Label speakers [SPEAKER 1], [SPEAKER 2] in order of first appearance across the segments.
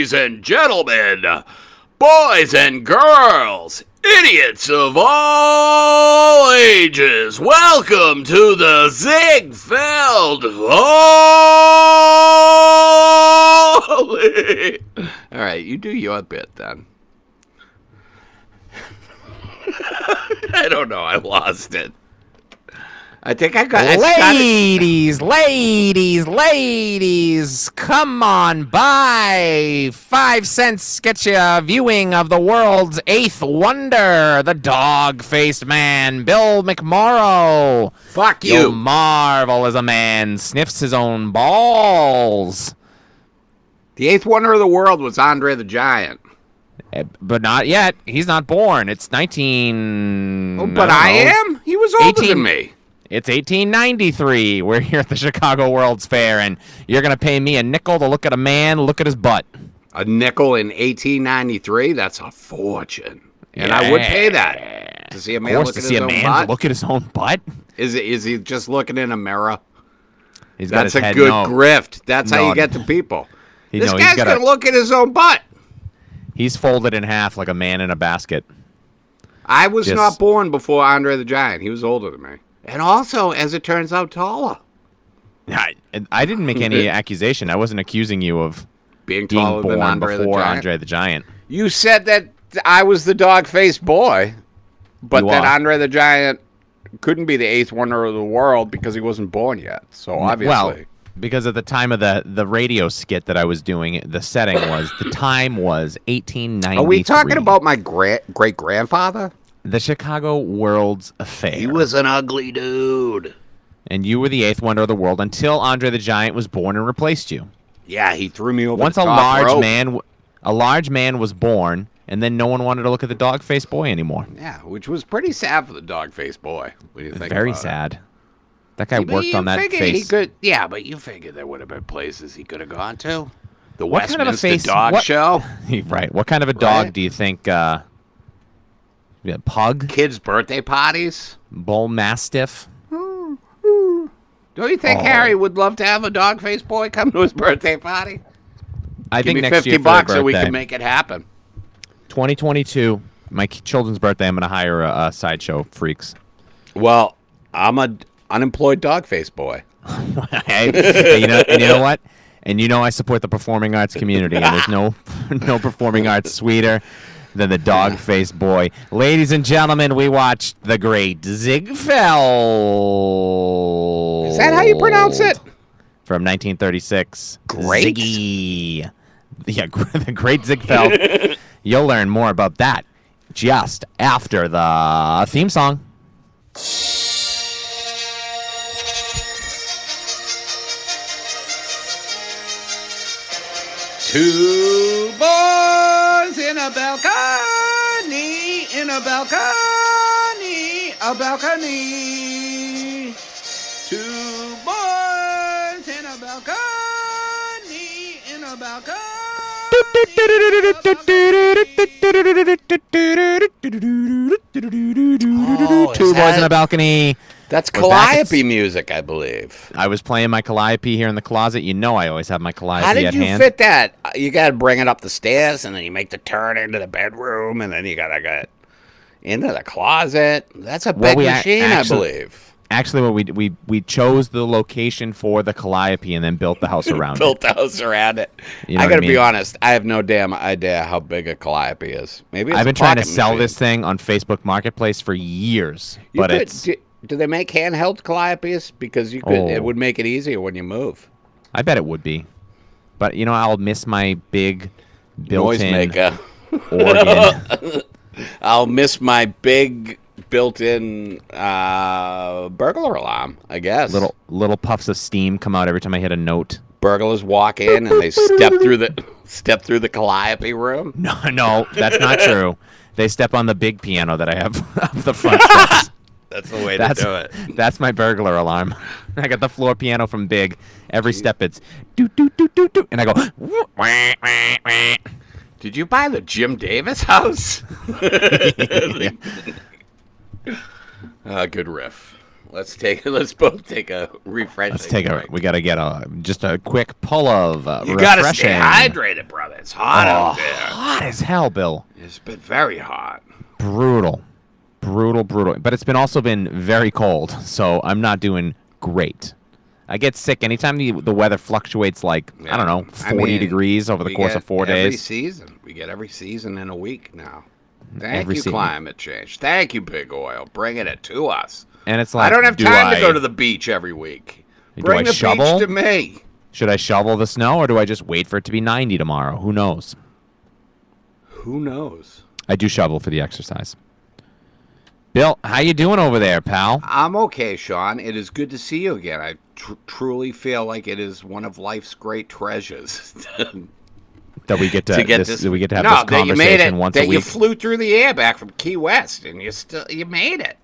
[SPEAKER 1] Ladies and gentlemen, boys and girls, idiots of all ages, welcome to the Ziegfeld Folly. All right, you do your bit then. I don't know. I lost it. I think I got. I started-
[SPEAKER 2] Ladies, ladies, ladies, come on by. Five cents gets you a viewing of the world's eighth wonder, the dog faced man, Bill McMorrow.
[SPEAKER 1] Fuck
[SPEAKER 2] You'll marvel as a man sniffs his own balls.
[SPEAKER 1] The eighth wonder of the world was Andre the Giant.
[SPEAKER 2] Eh, But not yet. He's not born. It's 19.
[SPEAKER 1] Oh, but I,
[SPEAKER 2] don't know.
[SPEAKER 1] am. He was older
[SPEAKER 2] 18.
[SPEAKER 1] than me.
[SPEAKER 2] It's 1893. We're here at the Chicago World's Fair, and you're going to pay me a nickel to look at a man, look at his butt.
[SPEAKER 1] A nickel in 1893. That's a fortune, and I would pay that to see a
[SPEAKER 2] Of
[SPEAKER 1] man
[SPEAKER 2] course,
[SPEAKER 1] look
[SPEAKER 2] to
[SPEAKER 1] at
[SPEAKER 2] see
[SPEAKER 1] his
[SPEAKER 2] a
[SPEAKER 1] own
[SPEAKER 2] man
[SPEAKER 1] butt.
[SPEAKER 2] look at his own butt.
[SPEAKER 1] Is it- is he just looking in a mirror?
[SPEAKER 2] He's got
[SPEAKER 1] That's
[SPEAKER 2] his
[SPEAKER 1] a
[SPEAKER 2] head-
[SPEAKER 1] good
[SPEAKER 2] no.
[SPEAKER 1] grift. That's how
[SPEAKER 2] No,
[SPEAKER 1] you get to people.
[SPEAKER 2] He-
[SPEAKER 1] this
[SPEAKER 2] no, he's
[SPEAKER 1] guy's
[SPEAKER 2] got a-
[SPEAKER 1] gonna look at his own butt.
[SPEAKER 2] He's folded in half like a man in a basket.
[SPEAKER 1] I was
[SPEAKER 2] Yes.
[SPEAKER 1] not born before Andre the Giant. He was older than me, and also, as it turns out, taller.
[SPEAKER 2] I, I didn't make any accusation. I wasn't accusing you of
[SPEAKER 1] Being
[SPEAKER 2] being
[SPEAKER 1] taller
[SPEAKER 2] born
[SPEAKER 1] than Andre the
[SPEAKER 2] before
[SPEAKER 1] Giant.
[SPEAKER 2] Andre the Giant.
[SPEAKER 1] You said that I was the dog faced boy, but
[SPEAKER 2] You
[SPEAKER 1] that
[SPEAKER 2] are.
[SPEAKER 1] Andre the Giant couldn't be the eighth wonder of the world because he wasn't born yet. So obviously,
[SPEAKER 2] Well, because at the time of the, the radio skit that I was doing, the setting was the time was 1893.
[SPEAKER 1] are we talking about my gra- great grandfather?
[SPEAKER 2] the Chicago World's Fair?
[SPEAKER 1] an ugly dude.
[SPEAKER 2] and you were the eighth wonder of the world until Andre the Giant was born and replaced you.
[SPEAKER 1] Yeah, he threw me over.
[SPEAKER 2] Once
[SPEAKER 1] the
[SPEAKER 2] a
[SPEAKER 1] top
[SPEAKER 2] large
[SPEAKER 1] rope.
[SPEAKER 2] man, w- a large man was born, and then no one wanted to look at the dog-faced boy anymore.
[SPEAKER 1] Yeah, which was pretty sad for the dog faced boy. When you think
[SPEAKER 2] Very
[SPEAKER 1] about it.
[SPEAKER 2] sad. That guy
[SPEAKER 1] But
[SPEAKER 2] worked
[SPEAKER 1] you
[SPEAKER 2] on that
[SPEAKER 1] figure He
[SPEAKER 2] face.
[SPEAKER 1] could, yeah, but you figure there would have been places he could have gone to. The
[SPEAKER 2] What kind
[SPEAKER 1] Westminster
[SPEAKER 2] of a face-
[SPEAKER 1] Dog
[SPEAKER 2] what-
[SPEAKER 1] Show.
[SPEAKER 2] right. What kind of a dog
[SPEAKER 1] Right?
[SPEAKER 2] do you think? Uh, yeah, pug,
[SPEAKER 1] Kids' birthday parties.
[SPEAKER 2] bull mastiff.
[SPEAKER 1] Don't you think
[SPEAKER 2] Oh.
[SPEAKER 1] Harry would love to have a dog faced boy come to his birthday party?
[SPEAKER 2] I
[SPEAKER 1] Give
[SPEAKER 2] think
[SPEAKER 1] me
[SPEAKER 2] next
[SPEAKER 1] fifty
[SPEAKER 2] year for their
[SPEAKER 1] bucks and we
[SPEAKER 2] birthday,
[SPEAKER 1] can make it happen.
[SPEAKER 2] 2022, my ki- children's birthday, I'm gonna hire a, a sideshow freaks.
[SPEAKER 1] Well, I'm a d- unemployed dog faced boy.
[SPEAKER 2] Hey, and you know, and you know what? And you know, I support the performing arts community, and there's no no performing arts sweeter than the dog faced boy. Ladies and gentlemen, we watched the great Ziegfeld.
[SPEAKER 1] Is that how you pronounce it?
[SPEAKER 2] From 1936.
[SPEAKER 1] Great?
[SPEAKER 2] Ziggy. Yeah, the great Ziegfeld. You'll learn more about that just after the theme song.
[SPEAKER 1] Two boys in a balcony, in a balcony, a balcony. Two boys in a balcony, in a balcony.
[SPEAKER 2] Two
[SPEAKER 1] is
[SPEAKER 2] boys in
[SPEAKER 1] that-
[SPEAKER 2] a balcony.
[SPEAKER 1] That's
[SPEAKER 2] We're back at-
[SPEAKER 1] calliope music, I believe.
[SPEAKER 2] I was playing my calliope here in the closet. You know, I always have my calliope
[SPEAKER 1] How did
[SPEAKER 2] at
[SPEAKER 1] you
[SPEAKER 2] hand.
[SPEAKER 1] fit that? Uh, You got to bring it up the stairs, and then you make the turn into the bedroom, and then you got to get into the closet. That's a
[SPEAKER 2] Well,
[SPEAKER 1] big
[SPEAKER 2] we ac-
[SPEAKER 1] machine,
[SPEAKER 2] actually-
[SPEAKER 1] I believe.
[SPEAKER 2] Actually, what we d- we we chose the location for the calliope and then built the house around it.
[SPEAKER 1] Built the house around it.
[SPEAKER 2] You know
[SPEAKER 1] I
[SPEAKER 2] what
[SPEAKER 1] got to be
[SPEAKER 2] I mean?
[SPEAKER 1] honest. I have no damn idea how big a calliope is. Maybe it's
[SPEAKER 2] I've
[SPEAKER 1] a
[SPEAKER 2] been trying to
[SPEAKER 1] pocket
[SPEAKER 2] sell
[SPEAKER 1] machine.
[SPEAKER 2] this thing on Facebook Marketplace for years,
[SPEAKER 1] You
[SPEAKER 2] but
[SPEAKER 1] could-
[SPEAKER 2] it's
[SPEAKER 1] do, do they make handheld calliopes? Because you could, it
[SPEAKER 2] Oh.
[SPEAKER 1] would make it easier when you move.
[SPEAKER 2] I bet it would be. But you know, I'll miss my big built-in
[SPEAKER 1] Noisemaker.
[SPEAKER 2] organ.
[SPEAKER 1] I'll miss my big built-in uh, burglar alarm. I guess
[SPEAKER 2] little little puffs of steam come out every time I hit a note.
[SPEAKER 1] burglars walk in and they step through the step through the calliope room.
[SPEAKER 2] No, no, that's not true. They step on the big piano that I have up the front steps.
[SPEAKER 1] That's the way
[SPEAKER 2] That's
[SPEAKER 1] to do it.
[SPEAKER 2] that's my burglar alarm. I got the floor piano from Big. Every step it's do do do do do, and I go. "Wah, wah, wah, wah."
[SPEAKER 1] Did you buy the Jim Davis house? Ah, good riff. Let's take. Let's both take a refresh.
[SPEAKER 2] Let's take a. We got to get a just a quick pull of uh,
[SPEAKER 1] You gotta
[SPEAKER 2] refreshing.
[SPEAKER 1] stay hydrated, brother. It's hot
[SPEAKER 2] Oh,
[SPEAKER 1] out there.
[SPEAKER 2] hot as hell, Bill.
[SPEAKER 1] It's been very hot.
[SPEAKER 2] Brutal, brutal, brutal. But it's been also been very cold, so I'm not doing great. I get sick anytime the, the weather fluctuates like I don't know
[SPEAKER 1] I
[SPEAKER 2] 40
[SPEAKER 1] mean,
[SPEAKER 2] degrees over the
[SPEAKER 1] we
[SPEAKER 2] course
[SPEAKER 1] get
[SPEAKER 2] of four
[SPEAKER 1] every
[SPEAKER 2] days. Mm,
[SPEAKER 1] season, we get every season in a week now. Thank
[SPEAKER 2] Every
[SPEAKER 1] you,
[SPEAKER 2] season.
[SPEAKER 1] climate change. Thank you, big oil, bringing it to us.
[SPEAKER 2] And it's
[SPEAKER 1] I
[SPEAKER 2] like
[SPEAKER 1] don't have
[SPEAKER 2] do
[SPEAKER 1] time to
[SPEAKER 2] I-
[SPEAKER 1] go to the beach every week.
[SPEAKER 2] Do
[SPEAKER 1] Bring
[SPEAKER 2] I
[SPEAKER 1] the
[SPEAKER 2] shovel?
[SPEAKER 1] beach to me.
[SPEAKER 2] Should I shovel the snow or do I just wait for it to be 90 tomorrow? Who knows?
[SPEAKER 1] Who knows?
[SPEAKER 2] I do shovel for the exercise. Bill, how you doing over there, pal?
[SPEAKER 1] I'm okay, Sean. It is good to see you again. I tr- truly feel like it is one of life's great treasures to,
[SPEAKER 2] That we get to,
[SPEAKER 1] get
[SPEAKER 2] this,
[SPEAKER 1] this.
[SPEAKER 2] that we get to have
[SPEAKER 1] no,
[SPEAKER 2] this
[SPEAKER 1] that
[SPEAKER 2] conversation
[SPEAKER 1] you made it.
[SPEAKER 2] once
[SPEAKER 1] that
[SPEAKER 2] a week.
[SPEAKER 1] you flew through the air back from Key West, and you still you made it.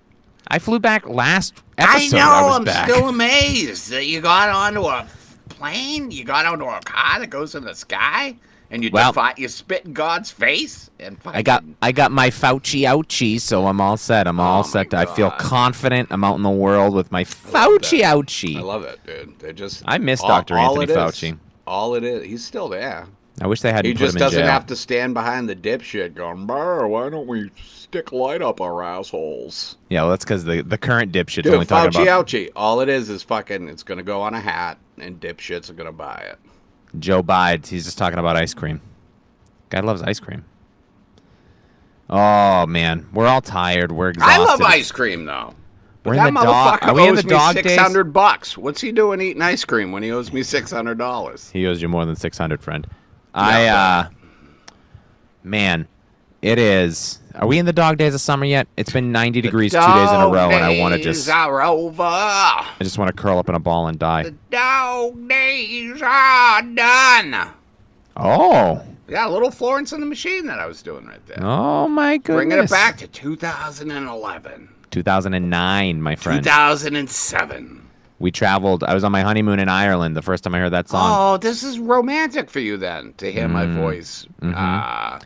[SPEAKER 2] I flew back last episode.
[SPEAKER 1] I
[SPEAKER 2] I
[SPEAKER 1] know.
[SPEAKER 2] was
[SPEAKER 1] am
[SPEAKER 2] back.
[SPEAKER 1] still amazed that you got onto a plane. You got onto a car that goes in the sky, and you
[SPEAKER 2] Well-
[SPEAKER 1] defy, you spit in God's face. And
[SPEAKER 2] I got
[SPEAKER 1] fucking-
[SPEAKER 2] I got my Fauci ouchie, so I'm all set. I'm all
[SPEAKER 1] Oh my
[SPEAKER 2] set. I feel
[SPEAKER 1] God.
[SPEAKER 2] confident. I'm out in the world with my Fauci ouchie.
[SPEAKER 1] I love it, dude. They just.
[SPEAKER 2] I miss Dr.
[SPEAKER 1] it
[SPEAKER 2] Anthony
[SPEAKER 1] is-
[SPEAKER 2] Fauci.
[SPEAKER 1] All it is, he's still there.
[SPEAKER 2] I wish they hadn't
[SPEAKER 1] He
[SPEAKER 2] put
[SPEAKER 1] just
[SPEAKER 2] him in
[SPEAKER 1] doesn't
[SPEAKER 2] jail.
[SPEAKER 1] have to stand behind the dipshit going, "Brr, why don't we stick light up our assholes?
[SPEAKER 2] Yeah, well, that's because the, the current dipshit's
[SPEAKER 1] Dude,
[SPEAKER 2] only talking
[SPEAKER 1] Fauci
[SPEAKER 2] about
[SPEAKER 1] ouchie. All it is is fucking, it's going to go on a hat and dipshits are going to buy it.
[SPEAKER 2] Joe Bides. He's just talking about ice cream. Guy loves ice cream. Oh man, we're all tired. We're exhausted.
[SPEAKER 1] I love
[SPEAKER 2] It's-
[SPEAKER 1] ice cream, though. But
[SPEAKER 2] We're in
[SPEAKER 1] that
[SPEAKER 2] the dog.
[SPEAKER 1] motherfucker
[SPEAKER 2] Are we in
[SPEAKER 1] owes
[SPEAKER 2] the dog
[SPEAKER 1] me
[SPEAKER 2] days?
[SPEAKER 1] 600 bucks. What's he doing eating ice cream when he owes me $600?
[SPEAKER 2] He owes you more than six hundred, friend. I uh, man, it is. Are we in the dog days of summer yet? It's been ninety degrees two days in a
[SPEAKER 1] Dog
[SPEAKER 2] row, and I want to
[SPEAKER 1] days
[SPEAKER 2] just, I
[SPEAKER 1] are over.
[SPEAKER 2] just want to curl up in a ball and die.
[SPEAKER 1] The dog days are done.
[SPEAKER 2] Oh,
[SPEAKER 1] Yeah, little Florence and the Machine that I was doing right there.
[SPEAKER 2] oh my goodness!
[SPEAKER 1] Bringing it back to 2011,
[SPEAKER 2] Two thousand and nine, my friend.
[SPEAKER 1] 2007.
[SPEAKER 2] We traveled. I was on my honeymoon in Ireland. The first time I heard that song,
[SPEAKER 1] Oh, this is romantic for you then to hear my voice. Uh,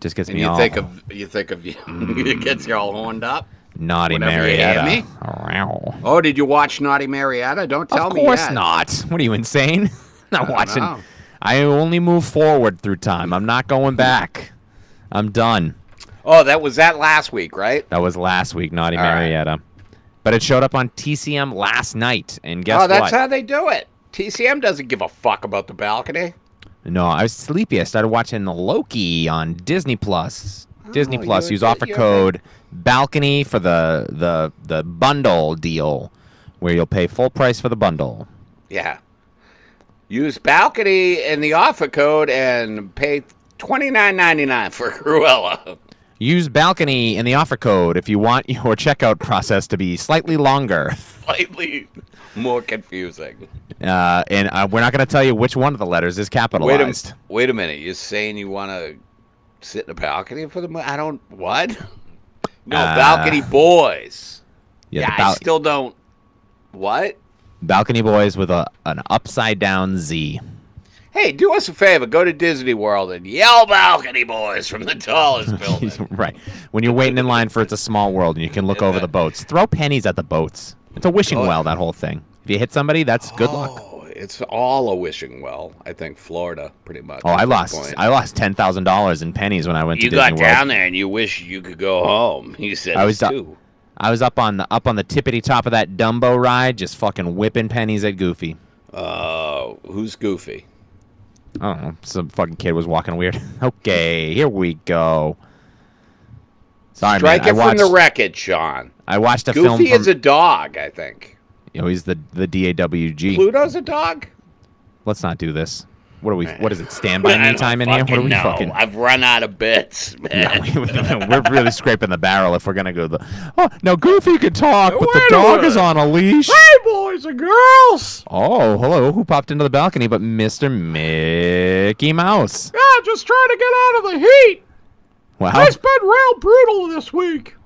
[SPEAKER 2] just gets
[SPEAKER 1] and
[SPEAKER 2] me
[SPEAKER 1] you
[SPEAKER 2] Mm-hmm. all Mm.
[SPEAKER 1] think of you think of you. it gets you all horned up.
[SPEAKER 2] naughty
[SPEAKER 1] whenever you hear
[SPEAKER 2] Marietta.
[SPEAKER 1] me.
[SPEAKER 2] Wow.
[SPEAKER 1] Oh, did you watch Naughty Marietta? Don't tell
[SPEAKER 2] of
[SPEAKER 1] me.
[SPEAKER 2] course
[SPEAKER 1] yet.
[SPEAKER 2] not. What are you insane? not watching.
[SPEAKER 1] know.
[SPEAKER 2] I only move forward through time. I'm not going back. I'm done.
[SPEAKER 1] Oh, that was that last week, right?
[SPEAKER 2] That was last week, Naughty
[SPEAKER 1] All right.
[SPEAKER 2] Marietta. But it showed up on TCM last night, and guess
[SPEAKER 1] oh, that's
[SPEAKER 2] what?
[SPEAKER 1] how they do it. TCM doesn't give a fuck about the balcony.
[SPEAKER 2] no, I was sleepy. I started watching Loki on Disney Plus. Disney
[SPEAKER 1] Oh,
[SPEAKER 2] Plus.
[SPEAKER 1] you're-
[SPEAKER 2] Use offer
[SPEAKER 1] you're-
[SPEAKER 2] code Balcony for the the the bundle deal, where you'll pay full price for the bundle.
[SPEAKER 1] Yeah. Use balcony in the offer code and pay twenty nine ninety nine for Cruella.
[SPEAKER 2] Use Balcony in the offer code if you want your checkout process to be slightly longer.
[SPEAKER 1] Slightly more confusing.
[SPEAKER 2] Uh, and uh, we're not going to tell you which one of the letters is
[SPEAKER 1] Wait
[SPEAKER 2] capitalized.
[SPEAKER 1] a wait a minute. You're saying you want to sit in a balcony for the? mo- I don't what? No
[SPEAKER 2] Uh,
[SPEAKER 1] balcony boys.
[SPEAKER 2] Yeah,
[SPEAKER 1] Yeah,
[SPEAKER 2] the bal-
[SPEAKER 1] I still don't. What?
[SPEAKER 2] Balcony Boys with a an upside down Z.
[SPEAKER 1] Hey, do us a favor. Go to Disney World and yell "Balcony Boys" from the tallest building.
[SPEAKER 2] right. When you're waiting in line for It's a Small World and you can look over the boats, throw pennies at the boats. It's a wishing
[SPEAKER 1] Oh.
[SPEAKER 2] well, that whole thing. If you hit somebody, that's good luck.
[SPEAKER 1] Oh, it's all a wishing well. I think Florida, pretty much.
[SPEAKER 2] Oh, I
[SPEAKER 1] at this
[SPEAKER 2] lost.
[SPEAKER 1] point.
[SPEAKER 2] I lost ten thousand dollars in pennies when I went
[SPEAKER 1] you
[SPEAKER 2] to Disney
[SPEAKER 1] got
[SPEAKER 2] World.
[SPEAKER 1] down there and you wish you could go home. You said
[SPEAKER 2] I
[SPEAKER 1] I
[SPEAKER 2] was do-
[SPEAKER 1] too.
[SPEAKER 2] I was up on the up on the tippity top of that Dumbo ride, just fucking whipping pennies at Goofy.
[SPEAKER 1] Oh, who's goofy?
[SPEAKER 2] I don't know. Some fucking kid was walking weird. okay, here we go. Sorry,
[SPEAKER 1] Strike
[SPEAKER 2] man. I
[SPEAKER 1] it from
[SPEAKER 2] watched.
[SPEAKER 1] the wreckage, Sean.
[SPEAKER 2] I watched a film.
[SPEAKER 1] Goofy
[SPEAKER 2] From,
[SPEAKER 1] is a dog, I think.
[SPEAKER 2] you know, he's the the DAWG.
[SPEAKER 1] Pluto's a dog.
[SPEAKER 2] Let's not do this. What are we? What is it? Stand by me time in here. What are we fucking?
[SPEAKER 1] I've run out of bits,
[SPEAKER 2] Yeah,
[SPEAKER 1] man.
[SPEAKER 2] we, are really scraping the barrel if we're gonna go. The oh no, Goofy can talk, but the
[SPEAKER 1] Wait a
[SPEAKER 2] dog is
[SPEAKER 1] minute.
[SPEAKER 2] on a leash.
[SPEAKER 1] hey, boys and girls.
[SPEAKER 2] Oh, hello. Who popped into the balcony? But Mr. Mickey Mouse.
[SPEAKER 1] Yeah, just trying to get out of the heat.
[SPEAKER 2] Wow!
[SPEAKER 1] been real brutal this week.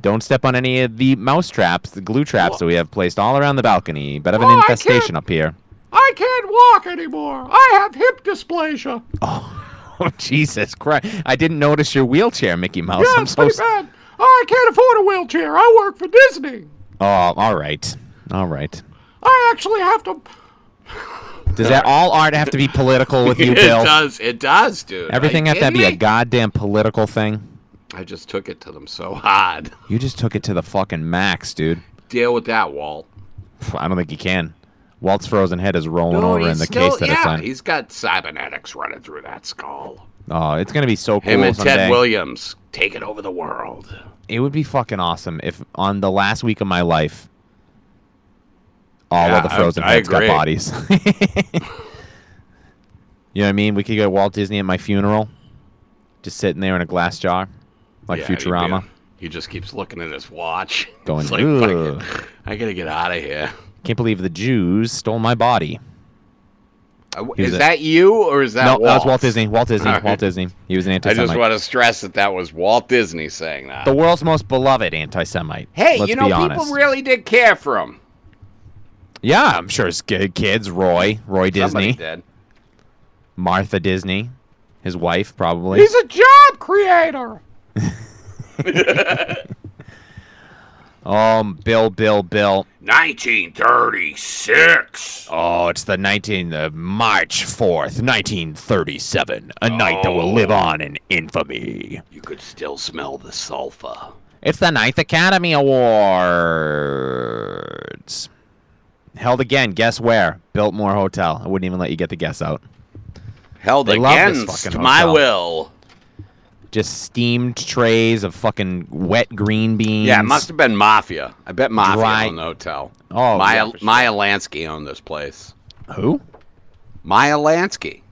[SPEAKER 2] Don't step on any of the mouse traps, the glue traps that we have placed all around the balcony. But I have
[SPEAKER 1] Oh,
[SPEAKER 2] an
[SPEAKER 1] I can't-
[SPEAKER 2] infestation up here.
[SPEAKER 1] I can't walk anymore. I have hip dysplasia.
[SPEAKER 2] Oh Jesus Christ! I didn't notice your wheelchair, Mickey Mouse. I'm so s-
[SPEAKER 1] bad. I can't afford a wheelchair. I work for Disney.
[SPEAKER 2] Oh, all right, all right.
[SPEAKER 1] I actually have to.
[SPEAKER 2] Does that all art have to be political with you,
[SPEAKER 1] it
[SPEAKER 2] Bill?
[SPEAKER 1] does. It does, dude. Are
[SPEAKER 2] Everything
[SPEAKER 1] you
[SPEAKER 2] have to
[SPEAKER 1] kidding
[SPEAKER 2] be a
[SPEAKER 1] me?
[SPEAKER 2] goddamn political thing.
[SPEAKER 1] I just took it to them so hard.
[SPEAKER 2] You just took it to the fucking max, dude.
[SPEAKER 1] Deal with that, Walt.
[SPEAKER 2] I don't think you can. Walt's frozen head is rolling
[SPEAKER 1] No,
[SPEAKER 2] over in
[SPEAKER 1] he's
[SPEAKER 2] the
[SPEAKER 1] still-
[SPEAKER 2] case that
[SPEAKER 1] yeah,
[SPEAKER 2] it's on.
[SPEAKER 1] He's got cybernetics running through that skull.
[SPEAKER 2] Oh, it's gonna be so cool
[SPEAKER 1] Him and
[SPEAKER 2] someday.
[SPEAKER 1] Ted Williams taking over the world.
[SPEAKER 2] it would be fucking awesome if on the last week of my life, all
[SPEAKER 1] Yeah,
[SPEAKER 2] of the
[SPEAKER 1] I-
[SPEAKER 2] frozen
[SPEAKER 1] I
[SPEAKER 2] heads got
[SPEAKER 1] agree.
[SPEAKER 2] bodies. you know what I mean? We could get Walt Disney at my funeral, just sitting there in a glass jar, like
[SPEAKER 1] Yeah, he'd be-
[SPEAKER 2] Futurama.
[SPEAKER 1] He just keeps looking at his watch.
[SPEAKER 2] Going,
[SPEAKER 1] It's like,
[SPEAKER 2] "Ugh."
[SPEAKER 1] fucking, I gotta get out of here.
[SPEAKER 2] Can't believe the Jews stole my body.
[SPEAKER 1] Uh,
[SPEAKER 2] He was
[SPEAKER 1] Is
[SPEAKER 2] a-
[SPEAKER 1] that you or is that
[SPEAKER 2] no,
[SPEAKER 1] Walt?
[SPEAKER 2] that was Walt Disney. Walt Disney.
[SPEAKER 1] All right.
[SPEAKER 2] Walt Disney. He was an
[SPEAKER 1] I just
[SPEAKER 2] anti-Semite.
[SPEAKER 1] want to stress that that was Walt Disney saying that.
[SPEAKER 2] the world's most beloved anti-Semite.
[SPEAKER 1] hey,
[SPEAKER 2] let's
[SPEAKER 1] you know,
[SPEAKER 2] be
[SPEAKER 1] people
[SPEAKER 2] honest.
[SPEAKER 1] really did care for him.
[SPEAKER 2] yeah, I'm sure it's good kids. Roy, Roy
[SPEAKER 1] Somebody
[SPEAKER 2] Disney,
[SPEAKER 1] did.
[SPEAKER 2] Martha Disney, his wife probably.
[SPEAKER 1] He's a job creator.
[SPEAKER 2] Um, Bill, Bill, Bill.
[SPEAKER 1] 1936.
[SPEAKER 2] Oh, it's the 19th of March 4th, 1937. A night that will
[SPEAKER 1] Oh.
[SPEAKER 2] live on in infamy.
[SPEAKER 1] You could still smell the sulfur.
[SPEAKER 2] It's the Ninth Academy Awards. Held again, guess where? Biltmore Hotel. I wouldn't even let you get the guess out.
[SPEAKER 1] Held
[SPEAKER 2] They love this
[SPEAKER 1] against
[SPEAKER 2] fucking
[SPEAKER 1] my
[SPEAKER 2] hotel.
[SPEAKER 1] will.
[SPEAKER 2] Just steamed trays of fucking wet green beans.
[SPEAKER 1] Yeah, it must have been Mafia. I bet Mafia
[SPEAKER 2] Mm. Dry-
[SPEAKER 1] owned the hotel.
[SPEAKER 2] Oh,
[SPEAKER 1] Maya,
[SPEAKER 2] yeah, for sure.
[SPEAKER 1] Maya Lansky owned this place.
[SPEAKER 2] Who?
[SPEAKER 1] Maya Lansky.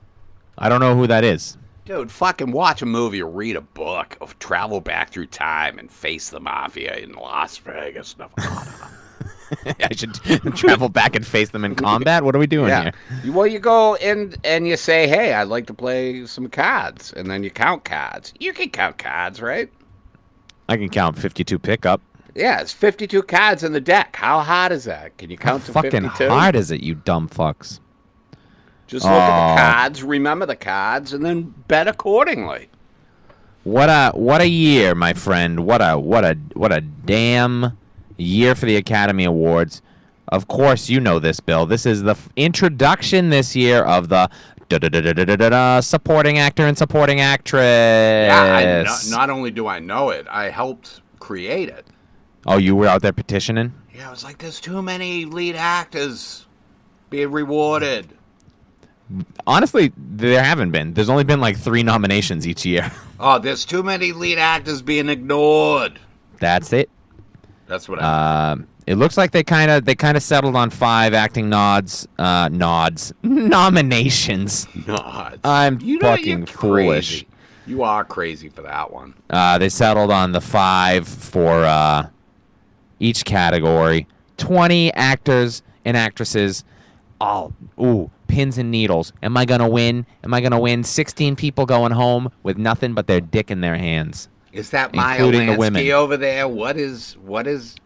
[SPEAKER 2] I don't know who that is.
[SPEAKER 1] Dude, fucking watch a movie or read a book of travel back through time and face the mafia in Las Vegas. Nevada.
[SPEAKER 2] I should travel back and face them in combat. What are we doing
[SPEAKER 1] yeah.
[SPEAKER 2] here?
[SPEAKER 1] You- Well, you go in and you say, hey, I'd like to play some cards. And then you count cards. You can count cards, right?
[SPEAKER 2] I can count 52 pickup.
[SPEAKER 1] Yeah, it's 52 cards in the deck. How hard is that? Can you
[SPEAKER 2] How
[SPEAKER 1] count to
[SPEAKER 2] fucking
[SPEAKER 1] 52?
[SPEAKER 2] hard is it, you dumb fucks?
[SPEAKER 1] Just look at the
[SPEAKER 2] Aw.
[SPEAKER 1] cards, remember the cards, and then bet accordingly.
[SPEAKER 2] What a what a year, my friend. What a what a what a damn year for the Academy Awards. Of course, you know this, Bill. This is the f- introduction this year of the da-da-da-da-da-da-da supporting actor and supporting actress.
[SPEAKER 1] Yeah, I, not, not only do I know it, I helped create it.
[SPEAKER 2] oh, you were out there petitioning.
[SPEAKER 1] Yeah, I was like, there's too many lead actors being rewarded.
[SPEAKER 2] Honestly, there haven't been. There's only been like three nominations each year.
[SPEAKER 1] Oh, there's too many lead actors being ignored.
[SPEAKER 2] That's it.
[SPEAKER 1] That's what I.
[SPEAKER 2] Um, it looks like they kind of they kind of settled on five acting nods, uh, nods, nominations.
[SPEAKER 1] not.
[SPEAKER 2] I'm
[SPEAKER 1] what?
[SPEAKER 2] Uh, fucking
[SPEAKER 1] You're
[SPEAKER 2] foolish.
[SPEAKER 1] crazy. You are crazy for that one.
[SPEAKER 2] Uh, they settled on the five for uh, each category. Twenty actors and actresses. All ooh pins and needles. Am I gonna win? Am I gonna win? Sixteen people going home with nothing but their dick in their hands.
[SPEAKER 1] Is that Maya
[SPEAKER 2] Including the
[SPEAKER 1] Lansky
[SPEAKER 2] women.
[SPEAKER 1] over there? What is what is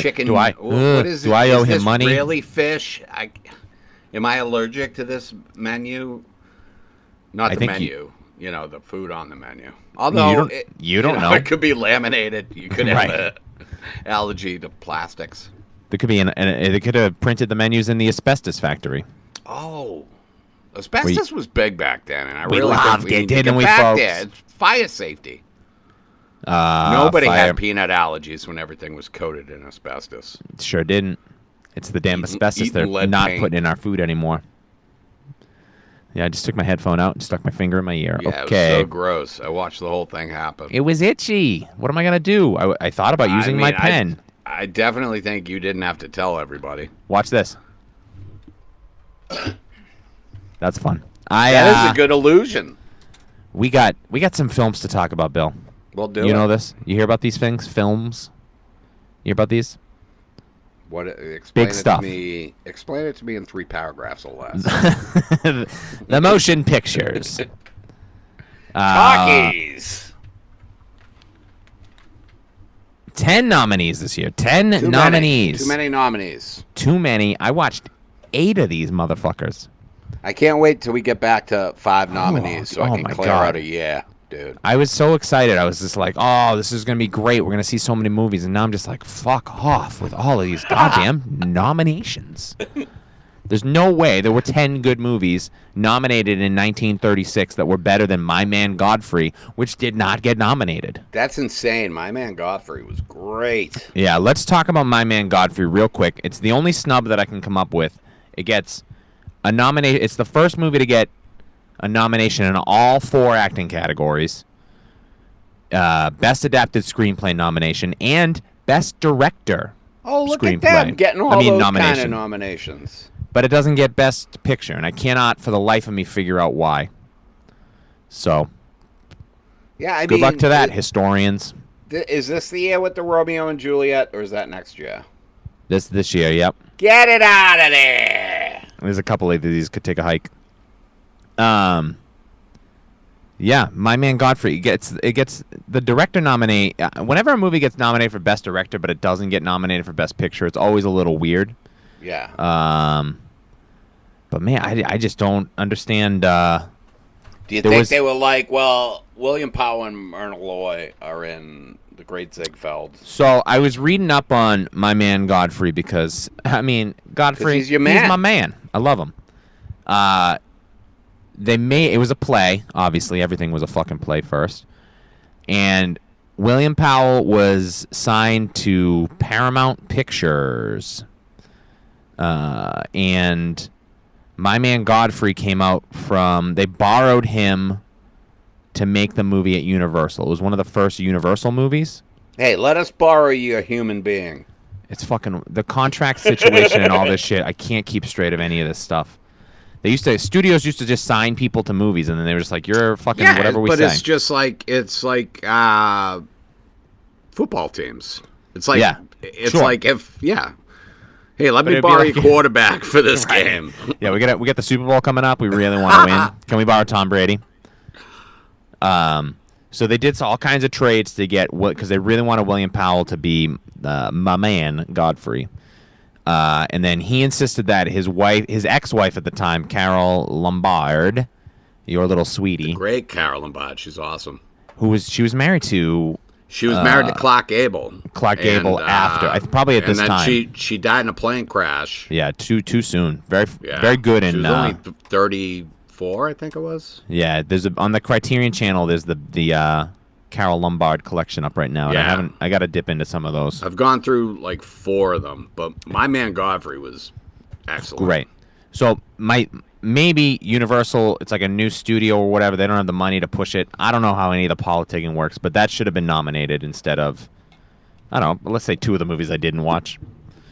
[SPEAKER 1] chicken?
[SPEAKER 2] Do I?
[SPEAKER 1] What
[SPEAKER 2] ugh,
[SPEAKER 1] is
[SPEAKER 2] do
[SPEAKER 1] it?
[SPEAKER 2] I owe
[SPEAKER 1] Is
[SPEAKER 2] him
[SPEAKER 1] this
[SPEAKER 2] money?
[SPEAKER 1] Really fish? I, am I allergic to this menu? Not
[SPEAKER 2] I
[SPEAKER 1] the
[SPEAKER 2] think
[SPEAKER 1] menu.
[SPEAKER 2] you-
[SPEAKER 1] You, know the food on the menu. Although
[SPEAKER 2] don't-
[SPEAKER 1] it-
[SPEAKER 2] you don't know.
[SPEAKER 1] it could be laminated. You could have
[SPEAKER 2] Right.
[SPEAKER 1] a allergy to plastics.
[SPEAKER 2] There could be an, an. They could have printed the menus in the asbestos factory.
[SPEAKER 1] Oh, asbestos was big back then, and I
[SPEAKER 2] We
[SPEAKER 1] really
[SPEAKER 2] loved
[SPEAKER 1] think we
[SPEAKER 2] it,
[SPEAKER 1] need to
[SPEAKER 2] didn't
[SPEAKER 1] get
[SPEAKER 2] we,
[SPEAKER 1] back
[SPEAKER 2] folks?
[SPEAKER 1] There. It's fire safety.
[SPEAKER 2] Uh,
[SPEAKER 1] Nobody
[SPEAKER 2] fire-
[SPEAKER 1] had peanut allergies when everything was coated in asbestos.
[SPEAKER 2] Sure didn't. It's the damn
[SPEAKER 1] Eating-
[SPEAKER 2] asbestos
[SPEAKER 1] eating
[SPEAKER 2] they're
[SPEAKER 1] lead
[SPEAKER 2] not
[SPEAKER 1] paint.
[SPEAKER 2] putting in our food anymore. Yeah, I just took my headphone out and stuck my finger in my ear.
[SPEAKER 1] Yeah,
[SPEAKER 2] okay.
[SPEAKER 1] it was so gross. I watched the whole thing happen.
[SPEAKER 2] It was itchy. What am I gonna do? I, I thought about using
[SPEAKER 1] I
[SPEAKER 2] my
[SPEAKER 1] mean, I-
[SPEAKER 2] pen.
[SPEAKER 1] I, definitely think you didn't have to tell everybody.
[SPEAKER 2] Watch this. That's fun. I
[SPEAKER 1] That is
[SPEAKER 2] uh,
[SPEAKER 1] a good illusion.
[SPEAKER 2] we got we got some films to talk about, Bill.
[SPEAKER 1] We'll do
[SPEAKER 2] you
[SPEAKER 1] it.
[SPEAKER 2] know this? You hear about these things? Films? You hear about these?
[SPEAKER 1] what? uh, Explain
[SPEAKER 2] Big
[SPEAKER 1] it
[SPEAKER 2] stuff.
[SPEAKER 1] To me, explain it to me in three paragraphs or less.
[SPEAKER 2] the motion pictures. Uh,
[SPEAKER 1] Talkies.
[SPEAKER 2] 10 nominees this year. 10
[SPEAKER 1] Too many-
[SPEAKER 2] nominees.
[SPEAKER 1] too many nominees.
[SPEAKER 2] Too many. I watched eight of these motherfuckers.
[SPEAKER 1] I can't wait till we get back to five nominees so
[SPEAKER 2] oh
[SPEAKER 1] I can
[SPEAKER 2] my
[SPEAKER 1] clear
[SPEAKER 2] God.
[SPEAKER 1] out a yeah. dude.
[SPEAKER 2] I was so excited. I was just like, "Oh, this is gonna be great. We're gonna see so many movies." And now I'm just like, "Fuck off with all of these goddamn nominations." There's no way there were ten good movies nominated in 1936 that were better than My Man Godfrey, which did not get nominated.
[SPEAKER 1] That's insane. My man Godfrey was great.
[SPEAKER 2] Yeah, let's talk about My Man Godfrey real quick. It's the only snub that I can come up with. It gets a nomination. It's the first movie to get a nomination in all four acting categories. Uh, best adapted screenplay nomination and best director.
[SPEAKER 1] Oh, look at
[SPEAKER 2] Screenplay.
[SPEAKER 1] them getting all
[SPEAKER 2] I mean,
[SPEAKER 1] those kind of
[SPEAKER 2] nomination.
[SPEAKER 1] nominations.
[SPEAKER 2] But it doesn't get best picture, and I cannot for the life of me figure out why. So,
[SPEAKER 1] Yeah, I
[SPEAKER 2] good
[SPEAKER 1] mean,
[SPEAKER 2] luck to that,
[SPEAKER 1] i-
[SPEAKER 2] historians.
[SPEAKER 1] th- Is this the year with the Romeo and Juliet, or is that next year?
[SPEAKER 2] This this year, yep.
[SPEAKER 1] Get it out of there.
[SPEAKER 2] There's a couple of these could take a hike. Um. Yeah, my man Godfrey gets it gets the director nominee. uh, Whenever a movie gets nominated for best director, but it doesn't get nominated for best picture, it's always a little weird.
[SPEAKER 1] Yeah.
[SPEAKER 2] Um. But man, I, I just don't understand. Uh,
[SPEAKER 1] Do you
[SPEAKER 2] there
[SPEAKER 1] think
[SPEAKER 2] was-
[SPEAKER 1] they were like, well, William Powell and Myrna Loy are in The Great Ziegfeld?
[SPEAKER 2] so I was reading up on my man Godfrey because I mean Godfrey,
[SPEAKER 1] he's your man.
[SPEAKER 2] my man. I love him. Uh, they made it was a play. Obviously, everything was a fucking play first. And William Powell was signed to Paramount Pictures. Uh, and my man Godfrey came out from they borrowed him to make the movie at Universal. It was one of the first Universal movies.
[SPEAKER 1] Hey, let us borrow you a human being.
[SPEAKER 2] It's fucking the contract situation and all this shit. I can't keep straight of any of this stuff. They used to studios used to just sign people to movies, and then they were just like, "You're fucking whatever we
[SPEAKER 1] but
[SPEAKER 2] say."
[SPEAKER 1] it's just like it's like uh, football teams. It's like
[SPEAKER 2] Yeah,
[SPEAKER 1] it's
[SPEAKER 2] sure.
[SPEAKER 1] like if yeah. Hey, let me
[SPEAKER 2] it'd be
[SPEAKER 1] borrow
[SPEAKER 2] like-
[SPEAKER 1] your quarterback for this game.
[SPEAKER 2] yeah, we got we got the Super Bowl coming up. We really want to win. Can we borrow Tom Brady? Um, so they did all kinds of trades to get what because they really wanted William Powell to be uh, my man Godfrey. Uh, and then he insisted that his wife, his ex-wife at the time, Carol Lombard, your little sweetie,
[SPEAKER 1] Great Carolyn Bott, she's awesome.
[SPEAKER 2] who was she was married to
[SPEAKER 1] She was married to Clark Gable.
[SPEAKER 2] Uh,
[SPEAKER 1] uh,
[SPEAKER 2] Clark Gable after. I- probably at
[SPEAKER 1] and
[SPEAKER 2] this
[SPEAKER 1] then
[SPEAKER 2] time.
[SPEAKER 1] she she died in a plane crash.
[SPEAKER 2] yeah too too soon very
[SPEAKER 1] Yeah,
[SPEAKER 2] very good
[SPEAKER 1] She
[SPEAKER 2] in
[SPEAKER 1] was
[SPEAKER 2] uh,
[SPEAKER 1] only thirty four, I think it was.
[SPEAKER 2] yeah there's a, on the Criterion Channel there's the the uh, Carol Lombard collection up right now and I
[SPEAKER 1] Yeah.
[SPEAKER 2] haven't I got to dip into some of those
[SPEAKER 1] I've gone through like four of them, but my man Godfrey was excellent.
[SPEAKER 2] Great. So my maybe Universal, it's like a new studio or whatever. They don't have the money to push it. I don't know how any of the politicking works, but that should have been nominated instead of I don't know. Let's say two of the movies I didn't watch.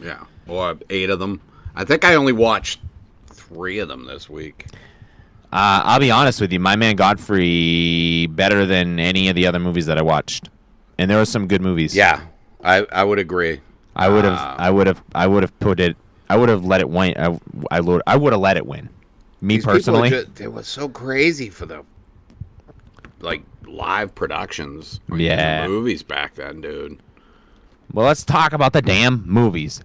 [SPEAKER 1] Yeah, or eight of them. I think I only watched three of them this week.
[SPEAKER 2] Uh, I'll be honest with you, my man Godfrey better than any of the other movies that I watched, and there were some good movies.
[SPEAKER 1] Yeah, I I would agree.
[SPEAKER 2] I would have,
[SPEAKER 1] Um,
[SPEAKER 2] I would have, I would have put it, I would have let it win. I, I would, I would have let it win. Me
[SPEAKER 1] These people are
[SPEAKER 2] personally,
[SPEAKER 1] ju- they were so crazy for the like live productions, like,
[SPEAKER 2] Oh, Yeah.
[SPEAKER 1] the movies back then, dude.
[SPEAKER 2] Well, let's talk about the damn movies.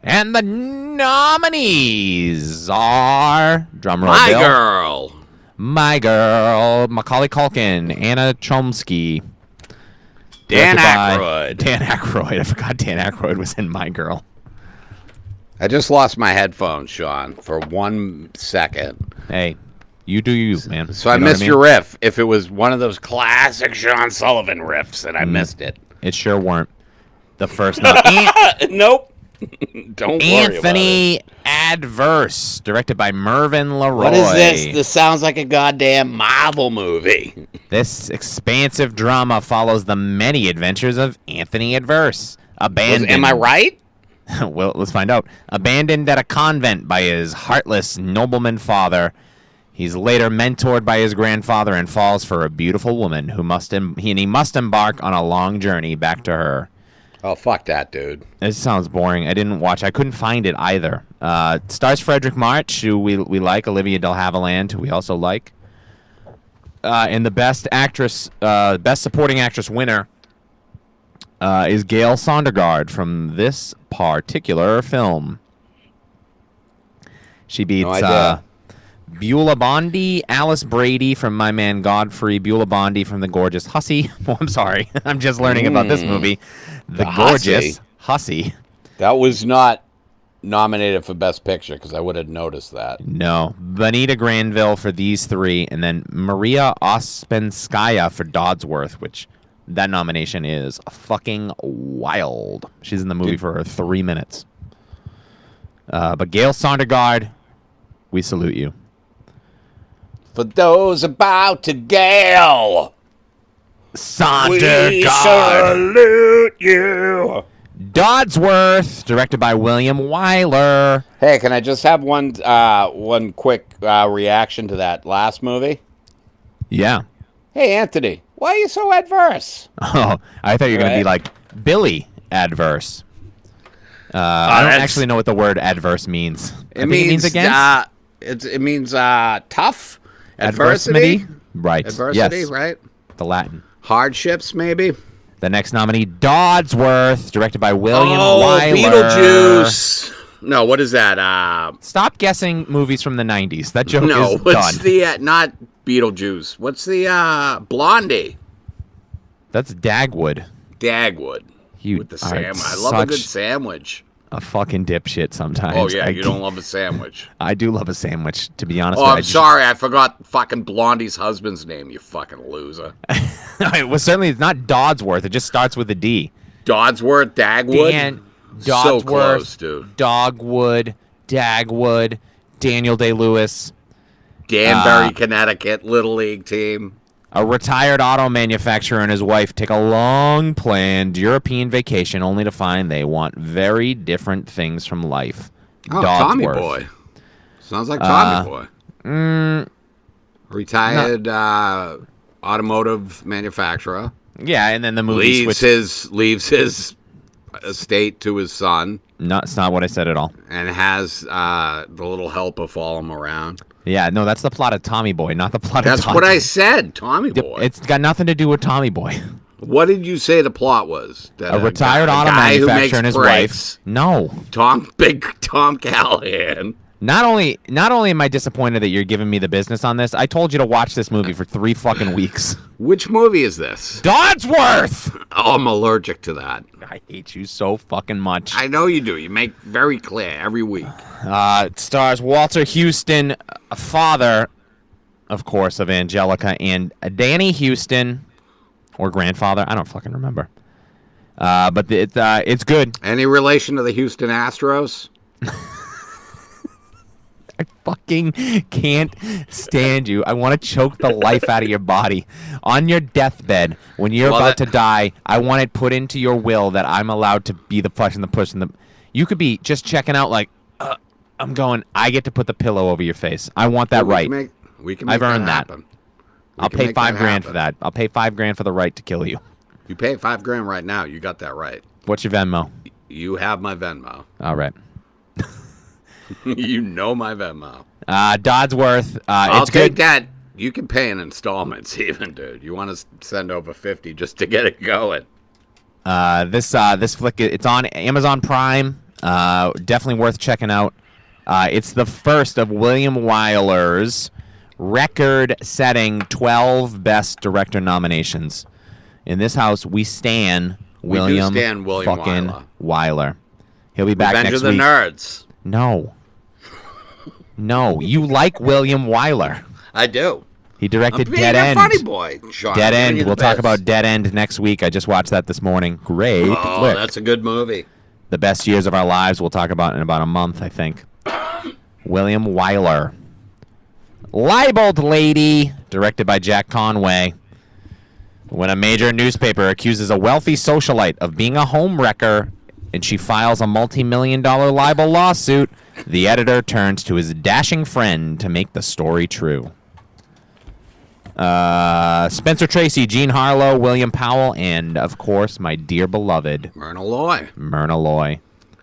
[SPEAKER 2] And the nominees are drumroll
[SPEAKER 1] My
[SPEAKER 2] Bill,
[SPEAKER 1] girl.
[SPEAKER 2] My Girl, Macaulay Culkin, Anna Chomsky,
[SPEAKER 1] Dan
[SPEAKER 2] directed by
[SPEAKER 1] Aykroyd.
[SPEAKER 2] Dan Aykroyd. I forgot Dan Aykroyd was in My Girl.
[SPEAKER 1] I just lost my headphones, Sean, for one second.
[SPEAKER 2] Hey, you do you, man.
[SPEAKER 1] So I
[SPEAKER 2] You know what
[SPEAKER 1] missed
[SPEAKER 2] mean?
[SPEAKER 1] your riff. If it was one of those classic Sean Sullivan riffs, and I
[SPEAKER 2] Mm.
[SPEAKER 1] missed it.
[SPEAKER 2] It sure weren't the first. nom- An-
[SPEAKER 1] nope. Don't worry about it.
[SPEAKER 2] Anthony Adverse, directed by Mervyn LeRoy.
[SPEAKER 1] What is this? This sounds like a goddamn Marvel movie.
[SPEAKER 2] This expansive drama follows the many adventures of Anthony Adverse, abandoned.
[SPEAKER 1] Am I right?
[SPEAKER 2] well, let's find out. Abandoned at a convent by his heartless nobleman father, he's later mentored by his grandfather and falls for a beautiful woman who must em- he, and he must embark on a long journey back to her.
[SPEAKER 1] Oh fuck that, dude.
[SPEAKER 2] This sounds boring. I didn't watch. I couldn't find it either. Uh, it stars Frederick March, who we we like, Olivia De Havilland, who we also like, uh, and the best actress, uh, best supporting actress winner, uh, is Gail Sondergaard from this particular film. She beats
[SPEAKER 1] idea.
[SPEAKER 2] uh, Beulah Bondi, Alice Brady from My Man Godfrey, Beulah Bondi from The Gorgeous Hussy. Oh, I'm sorry. I'm just learning about this movie. The,
[SPEAKER 1] Hmm. Hussy.
[SPEAKER 2] Gorgeous Hussy.
[SPEAKER 1] That was not nominated for Best Picture because I would have noticed that.
[SPEAKER 2] No. Bonita Granville for these three, and then Maria Ospenskaya for Dodsworth, which that nomination is fucking wild. She's in the movie for three minutes. Uh, but Gail Sondergaard, we salute you.
[SPEAKER 1] For those about to gale, we
[SPEAKER 2] Sondergaard.
[SPEAKER 1] salute you.
[SPEAKER 2] Dodsworth, directed by William Wyler.
[SPEAKER 1] Hey, can I just have one uh, one quick uh, reaction to that last movie?
[SPEAKER 2] Yeah.
[SPEAKER 1] Hey, Anthony, why are you so adverse?
[SPEAKER 2] Oh, I thought you were going to be
[SPEAKER 1] Right.
[SPEAKER 2] like Billy adverse. Uh, I don't
[SPEAKER 1] that's-
[SPEAKER 2] actually know what the word adverse means. I think it means against
[SPEAKER 1] Uh, it's, it means uh, tough
[SPEAKER 2] adversity.
[SPEAKER 1] adversity.
[SPEAKER 2] Right.
[SPEAKER 1] Adversity,
[SPEAKER 2] yes.
[SPEAKER 1] right?
[SPEAKER 2] The Latin.
[SPEAKER 1] Hardships, maybe.
[SPEAKER 2] The next nominee, Dodsworth, directed by William
[SPEAKER 1] oh,
[SPEAKER 2] Wyler.
[SPEAKER 1] Beetlejuice. No, what is that? Uh,
[SPEAKER 2] Stop guessing movies from the 90s. That joke
[SPEAKER 1] no,
[SPEAKER 2] is
[SPEAKER 1] what's
[SPEAKER 2] done.
[SPEAKER 1] the uh, not Beetlejuice? What's the uh, Blondie?
[SPEAKER 2] That's Dagwood.
[SPEAKER 1] Dagwood
[SPEAKER 2] You
[SPEAKER 1] with the
[SPEAKER 2] are
[SPEAKER 1] sandwich. I love a good
[SPEAKER 2] such
[SPEAKER 1] sandwich.
[SPEAKER 2] a fucking dipshit sometimes.
[SPEAKER 1] Oh yeah,
[SPEAKER 2] I
[SPEAKER 1] you don't love a sandwich.
[SPEAKER 2] I do love a sandwich, to be honest.
[SPEAKER 1] Oh,
[SPEAKER 2] but
[SPEAKER 1] I'm
[SPEAKER 2] I just-
[SPEAKER 1] sorry, I forgot fucking Blondie's husband's name. You fucking loser.
[SPEAKER 2] it was certainly it's not Dodsworth. It just starts with a D.
[SPEAKER 1] Dodsworth Dagwood.
[SPEAKER 2] Dan
[SPEAKER 1] so
[SPEAKER 2] Dodsworth,
[SPEAKER 1] close, dude.
[SPEAKER 2] Dogwood, Dagwood, Daniel Day Lewis, Uh,
[SPEAKER 1] Danbury, Connecticut, little league team.
[SPEAKER 2] a retired auto manufacturer and his wife take a long planned European vacation only to find they want very different things from life.
[SPEAKER 1] Oh,
[SPEAKER 2] Dodsworth.
[SPEAKER 1] Tommy Boy. Sounds
[SPEAKER 2] Uh,
[SPEAKER 1] like Tommy Boy.
[SPEAKER 2] mm,
[SPEAKER 1] Retired uh, automotive manufacturer.
[SPEAKER 2] Yeah, and then the movie
[SPEAKER 1] Leaves
[SPEAKER 2] switch.
[SPEAKER 1] his leaves his estate to his son
[SPEAKER 2] No, it's not what I said at all.
[SPEAKER 1] and has uh, the little helper follow him around.
[SPEAKER 2] Yeah, no, that's the plot of Tommy Boy, not the plot
[SPEAKER 1] That's
[SPEAKER 2] of Tommy
[SPEAKER 1] what I said, Tommy
[SPEAKER 2] Yep,
[SPEAKER 1] Boy.
[SPEAKER 2] It's got nothing to do with Tommy Boy.
[SPEAKER 1] What did you say the plot was? That
[SPEAKER 2] a retired
[SPEAKER 1] guy-
[SPEAKER 2] auto
[SPEAKER 1] guy who
[SPEAKER 2] manufacturer
[SPEAKER 1] makes
[SPEAKER 2] and his
[SPEAKER 1] brakes,
[SPEAKER 2] wife. No.
[SPEAKER 1] Tom Big Tom Callahan.
[SPEAKER 2] Not only not only am I disappointed that you're giving me the business on this, I told you to watch this movie for three fucking weeks.
[SPEAKER 1] Which movie is this?
[SPEAKER 2] Dodsworth!
[SPEAKER 1] Oh, I'm allergic to that.
[SPEAKER 2] I hate you so fucking much.
[SPEAKER 1] I know you do. You make very clear every week.
[SPEAKER 2] Uh, it stars Walter Houston, a father, of course, of Angelica, and Danny Houston, or grandfather. I don't fucking remember. Uh, but it, uh, it's good.
[SPEAKER 1] Any relation to the Houston Astros?
[SPEAKER 2] I fucking can't stand you. I want to choke the life out of your body. On your deathbed, when you're
[SPEAKER 1] Well,
[SPEAKER 2] about
[SPEAKER 1] that-
[SPEAKER 2] to die, I want it put into your will that I'm allowed to be the push and the push and the. You could be just checking out like, uh, I'm going. I get to put the pillow over your face. I want that
[SPEAKER 1] We can
[SPEAKER 2] Uh, right.
[SPEAKER 1] Make, we can. Make
[SPEAKER 2] I've earned that.
[SPEAKER 1] happen. We
[SPEAKER 2] I'll
[SPEAKER 1] can
[SPEAKER 2] pay
[SPEAKER 1] make that
[SPEAKER 2] five grand for
[SPEAKER 1] happen.
[SPEAKER 2] that. I'll pay five grand for the right to kill you.
[SPEAKER 1] You pay five grand right now. You got that right.
[SPEAKER 2] What's your Venmo?
[SPEAKER 1] You have my Venmo.
[SPEAKER 2] All right.
[SPEAKER 1] you know my Venmo.
[SPEAKER 2] Uh, Dodsworth. Uh,
[SPEAKER 1] I'll
[SPEAKER 2] it's
[SPEAKER 1] take
[SPEAKER 2] good.
[SPEAKER 1] that. You can pay in installments, even, dude. You want to send over fifty just to get it going.
[SPEAKER 2] Uh, this uh, this flick it's on Amazon Prime. Uh, definitely worth checking out. Uh, it's the first of William Wyler's record-setting 12 best director nominations. In this house, we stand
[SPEAKER 1] do
[SPEAKER 2] William,
[SPEAKER 1] stan William
[SPEAKER 2] fucking
[SPEAKER 1] Wyler.
[SPEAKER 2] Wyler. He'll be back
[SPEAKER 1] Revenge
[SPEAKER 2] next
[SPEAKER 1] of the
[SPEAKER 2] week.
[SPEAKER 1] Nerds.
[SPEAKER 2] No, no, you like William Wyler.
[SPEAKER 1] I do.
[SPEAKER 2] He directed
[SPEAKER 1] I'm being
[SPEAKER 2] Dead
[SPEAKER 1] a
[SPEAKER 2] End.
[SPEAKER 1] funny boy. Sean.
[SPEAKER 2] Dead
[SPEAKER 1] I'm giving you
[SPEAKER 2] End.
[SPEAKER 1] the
[SPEAKER 2] We'll talk
[SPEAKER 1] best.
[SPEAKER 2] about Dead End next week. I just watched that this morning. Great.
[SPEAKER 1] Oh,
[SPEAKER 2] flick.
[SPEAKER 1] that's a good movie.
[SPEAKER 2] the best years of our lives we'll talk about in about a month, I think. William Wyler. Libeled Lady, directed by Jack Conway. When a major newspaper accuses a wealthy socialite of being a homewrecker and she files a multi million dollar libel lawsuit, the editor turns to his dashing friend to make the story true. Uh, Spencer Tracy, Gene Harlow, William Powell, and, of course, my dear beloved,
[SPEAKER 1] Myrna Loy.
[SPEAKER 2] Myrna Loy.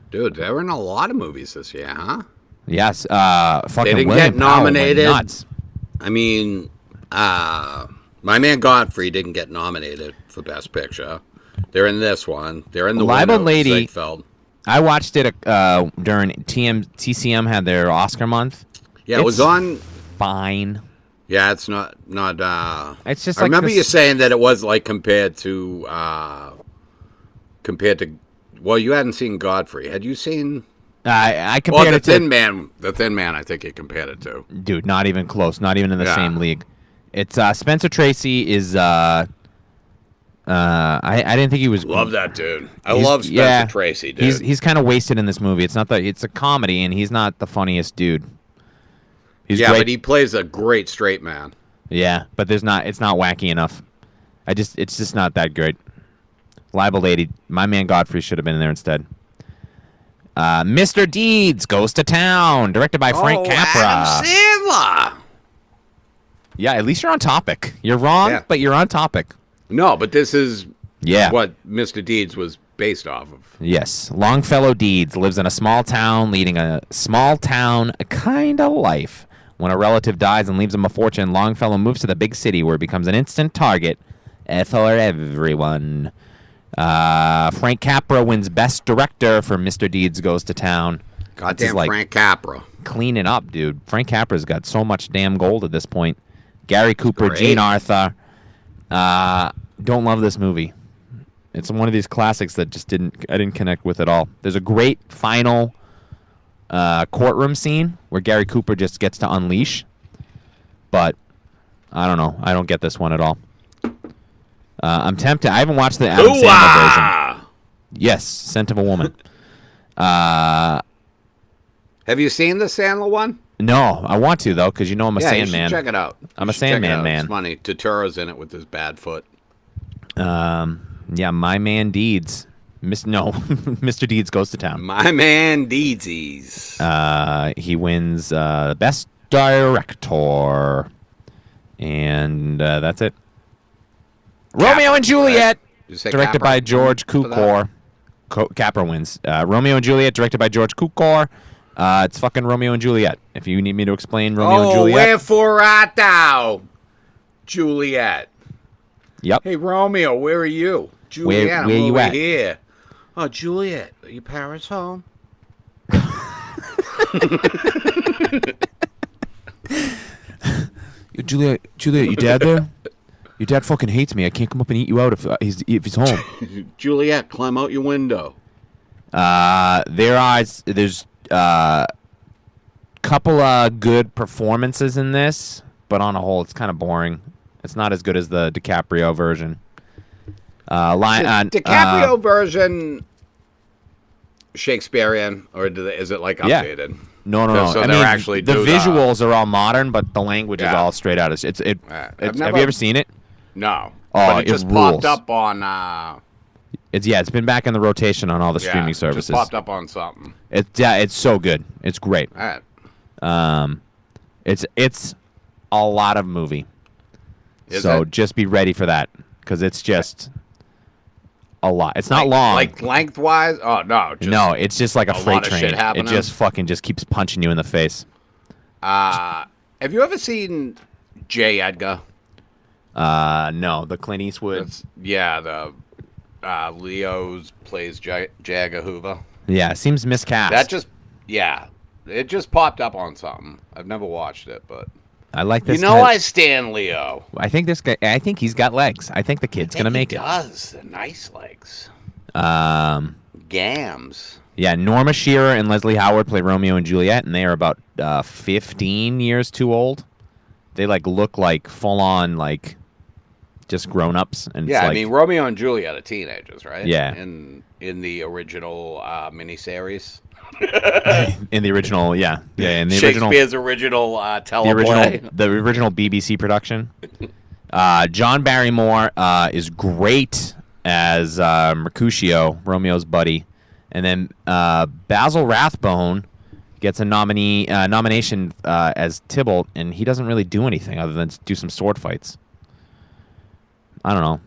[SPEAKER 1] Dude, they were in a lot of movies this year, huh?
[SPEAKER 2] Yes, uh, fucking
[SPEAKER 1] didn't
[SPEAKER 2] William
[SPEAKER 1] get
[SPEAKER 2] Powell went
[SPEAKER 1] nominated.
[SPEAKER 2] nuts.
[SPEAKER 1] I mean, uh, my man Godfrey didn't get nominated for Best Picture. They're in this one. They're in the
[SPEAKER 2] Libel
[SPEAKER 1] Widow
[SPEAKER 2] Lady-
[SPEAKER 1] Ziegfeld.
[SPEAKER 2] I watched it uh, during TM TCM had their Oscar month.
[SPEAKER 1] Yeah, it was
[SPEAKER 2] It's
[SPEAKER 1] on.
[SPEAKER 2] fine.
[SPEAKER 1] Yeah, it's not not. Uh,
[SPEAKER 2] It's just
[SPEAKER 1] I
[SPEAKER 2] like
[SPEAKER 1] remember
[SPEAKER 2] this-
[SPEAKER 1] you saying that it was like compared to uh, compared to. Well, you hadn't seen Godfrey. Had you seen?
[SPEAKER 2] I I
[SPEAKER 1] Well,
[SPEAKER 2] compared
[SPEAKER 1] the
[SPEAKER 2] it to
[SPEAKER 1] Thin Man. The Thin Man. I think you compared it to.
[SPEAKER 2] dude, not even close, not even in the
[SPEAKER 1] Yeah.
[SPEAKER 2] same league. It's uh, Spencer Tracy is. Uh, uh, I I didn't think he was.
[SPEAKER 1] Love that dude. I
[SPEAKER 2] He's-
[SPEAKER 1] love Spencer
[SPEAKER 2] yeah.
[SPEAKER 1] Tracy, dude.
[SPEAKER 2] He's he's kind of wasted in this movie. It's not that it's a comedy, and he's not the funniest dude. He's
[SPEAKER 1] yeah,
[SPEAKER 2] great.
[SPEAKER 1] but he plays a great straight man.
[SPEAKER 2] yeah, but there's not. It's not wacky enough. I just it's just not that great. Libel lady, my man Godfrey should have been in there instead. Uh, Mr. Deeds goes to town, directed by Frank
[SPEAKER 1] oh,
[SPEAKER 2] Capra.
[SPEAKER 1] Adam Sandler.
[SPEAKER 2] Yeah, at least you're on topic. You're wrong,
[SPEAKER 1] Yeah.
[SPEAKER 2] but you're on topic.
[SPEAKER 1] No, but this is
[SPEAKER 2] Yeah.
[SPEAKER 1] what Mr. Deeds was based off of.
[SPEAKER 2] Yes. Longfellow Deeds lives in a small town, leading a small town kind of life. When a relative dies and leaves him a fortune, Longfellow moves to the big city where he becomes an instant target eh, for everyone. Uh, Frank Capra wins Best Director for Mr. Deeds Goes to Town. This is
[SPEAKER 1] Goddamn
[SPEAKER 2] like
[SPEAKER 1] Frank Capra.
[SPEAKER 2] clean it up, dude. Frank Capra's got so much damn gold at this point. Gary Cooper,
[SPEAKER 1] great.
[SPEAKER 2] Gene Arthur. Uh, don't love this movie. It's one of these classics that just didn't I didn't connect with at all. There's a great final uh, courtroom scene where Gary Cooper just gets to unleash, but I don't know. I don't get this one at all. Uh, I'm tempted. I haven't watched the Adam Sandler version.
[SPEAKER 1] Ooh-ah!
[SPEAKER 2] Yes, Scent of a Woman.
[SPEAKER 1] Have you seen the Sandler one?
[SPEAKER 2] no, I want to though because you know I'm a
[SPEAKER 1] yeah, you should
[SPEAKER 2] Sandman.
[SPEAKER 1] check it out. You
[SPEAKER 2] I'm a
[SPEAKER 1] should check it
[SPEAKER 2] Sandman
[SPEAKER 1] out.
[SPEAKER 2] man.
[SPEAKER 1] It's funny. Totoro's in it with his bad foot.
[SPEAKER 2] Um, yeah, my man Deeds. Miss no, Mr. Deeds goes to town.
[SPEAKER 1] My man Deedsies.
[SPEAKER 2] Uh, he wins uh, best director, and uh, that's it. Romeo and Juliet,
[SPEAKER 1] You say
[SPEAKER 2] directed
[SPEAKER 1] Capra?
[SPEAKER 2] by George
[SPEAKER 1] For that?
[SPEAKER 2] Cukor. Co- Capra wins. Uh, Romeo and Juliet, directed by George Cukor. Uh, it's fucking Romeo and Juliet. If you need me to explain Romeo and
[SPEAKER 1] oh,
[SPEAKER 2] Juliet,
[SPEAKER 1] wherefore art thou, Juliet?
[SPEAKER 2] yep.
[SPEAKER 1] Hey, Romeo, where are you? Juliet, I'm
[SPEAKER 2] where you
[SPEAKER 1] over
[SPEAKER 2] at?
[SPEAKER 1] here. Oh, Juliet, are your parents home?
[SPEAKER 2] Juliet, Juliet, your dad there? Your dad fucking hates me. I can't come up and eat you out if uh, he's if he's home.
[SPEAKER 1] Juliet, climb out your window.
[SPEAKER 2] Uh, there are there's uh, couple of good performances in this, but on a whole, it's kind of boring. It's not as good as the DiCaprio version. Uh, li- uh,
[SPEAKER 1] DiCaprio
[SPEAKER 2] uh,
[SPEAKER 1] version Shakespearean, or do they, is it like
[SPEAKER 2] Yeah.
[SPEAKER 1] updated?
[SPEAKER 2] no, no, no.
[SPEAKER 1] So
[SPEAKER 2] I
[SPEAKER 1] they're
[SPEAKER 2] mean,
[SPEAKER 1] actually
[SPEAKER 2] the
[SPEAKER 1] do the-
[SPEAKER 2] visuals are all modern, but the language is
[SPEAKER 1] Yeah. Uh,
[SPEAKER 2] all straight out. Of, it's it.
[SPEAKER 1] I've
[SPEAKER 2] it's- have
[SPEAKER 1] never-
[SPEAKER 2] you ever seen it?
[SPEAKER 1] No.
[SPEAKER 2] Oh,
[SPEAKER 1] but it,
[SPEAKER 2] it
[SPEAKER 1] just
[SPEAKER 2] rules.
[SPEAKER 1] popped up on. Uh,
[SPEAKER 2] It's yeah. It's been back in the rotation on all the
[SPEAKER 1] yeah,
[SPEAKER 2] streaming
[SPEAKER 1] it
[SPEAKER 2] services.
[SPEAKER 1] Just popped up on something.
[SPEAKER 2] It's yeah. It's so good. It's great.
[SPEAKER 1] All right.
[SPEAKER 2] Um, it's it's a lot of movie.
[SPEAKER 1] Is
[SPEAKER 2] so
[SPEAKER 1] it?
[SPEAKER 2] just be ready for that because it's just a lot. It's not long.
[SPEAKER 1] Like lengthwise? Oh no. Just,
[SPEAKER 2] no, it's just like a,
[SPEAKER 1] a
[SPEAKER 2] freight
[SPEAKER 1] lot of shit
[SPEAKER 2] train. It
[SPEAKER 1] happening.
[SPEAKER 2] just fucking just keeps punching you in the face.
[SPEAKER 1] Uh, have you ever seen J. Edgar?
[SPEAKER 2] Uh, no, the Clint Eastwood.
[SPEAKER 1] It's, yeah, the uh, Leo's plays J. J. Edgar Hoover.
[SPEAKER 2] yeah, it seems miscast.
[SPEAKER 1] That just yeah, it just popped up on something. I've never watched it, but
[SPEAKER 2] I like this.
[SPEAKER 1] you know
[SPEAKER 2] guy-
[SPEAKER 1] I stand Leo.
[SPEAKER 2] I think this guy. I think he's got legs. I think the kid's gonna make
[SPEAKER 1] he
[SPEAKER 2] it.
[SPEAKER 1] Does the nice legs,
[SPEAKER 2] Um,
[SPEAKER 1] gams?
[SPEAKER 2] yeah, Norma Shearer and Leslie Howard play Romeo and Juliet, and they are about uh, 15 years too old. They like look like full on like just grown ups, and
[SPEAKER 1] Yeah,
[SPEAKER 2] it's
[SPEAKER 1] I
[SPEAKER 2] like,
[SPEAKER 1] mean Romeo and Juliet are teenagers, right?
[SPEAKER 2] Yeah.
[SPEAKER 1] In in the original uh, miniseries,
[SPEAKER 2] in the original, yeah, yeah, in the original,
[SPEAKER 1] Shakespeare's original, uh,
[SPEAKER 2] the
[SPEAKER 1] teleplay.
[SPEAKER 2] original, the original BBC production. Uh, John Barrymore uh, is great as uh, Mercutio, Romeo's buddy, and then uh, Basil Rathbone gets a nominee uh, nomination uh, as Tybalt, and he doesn't really do anything other than do some sword fights. I don't know.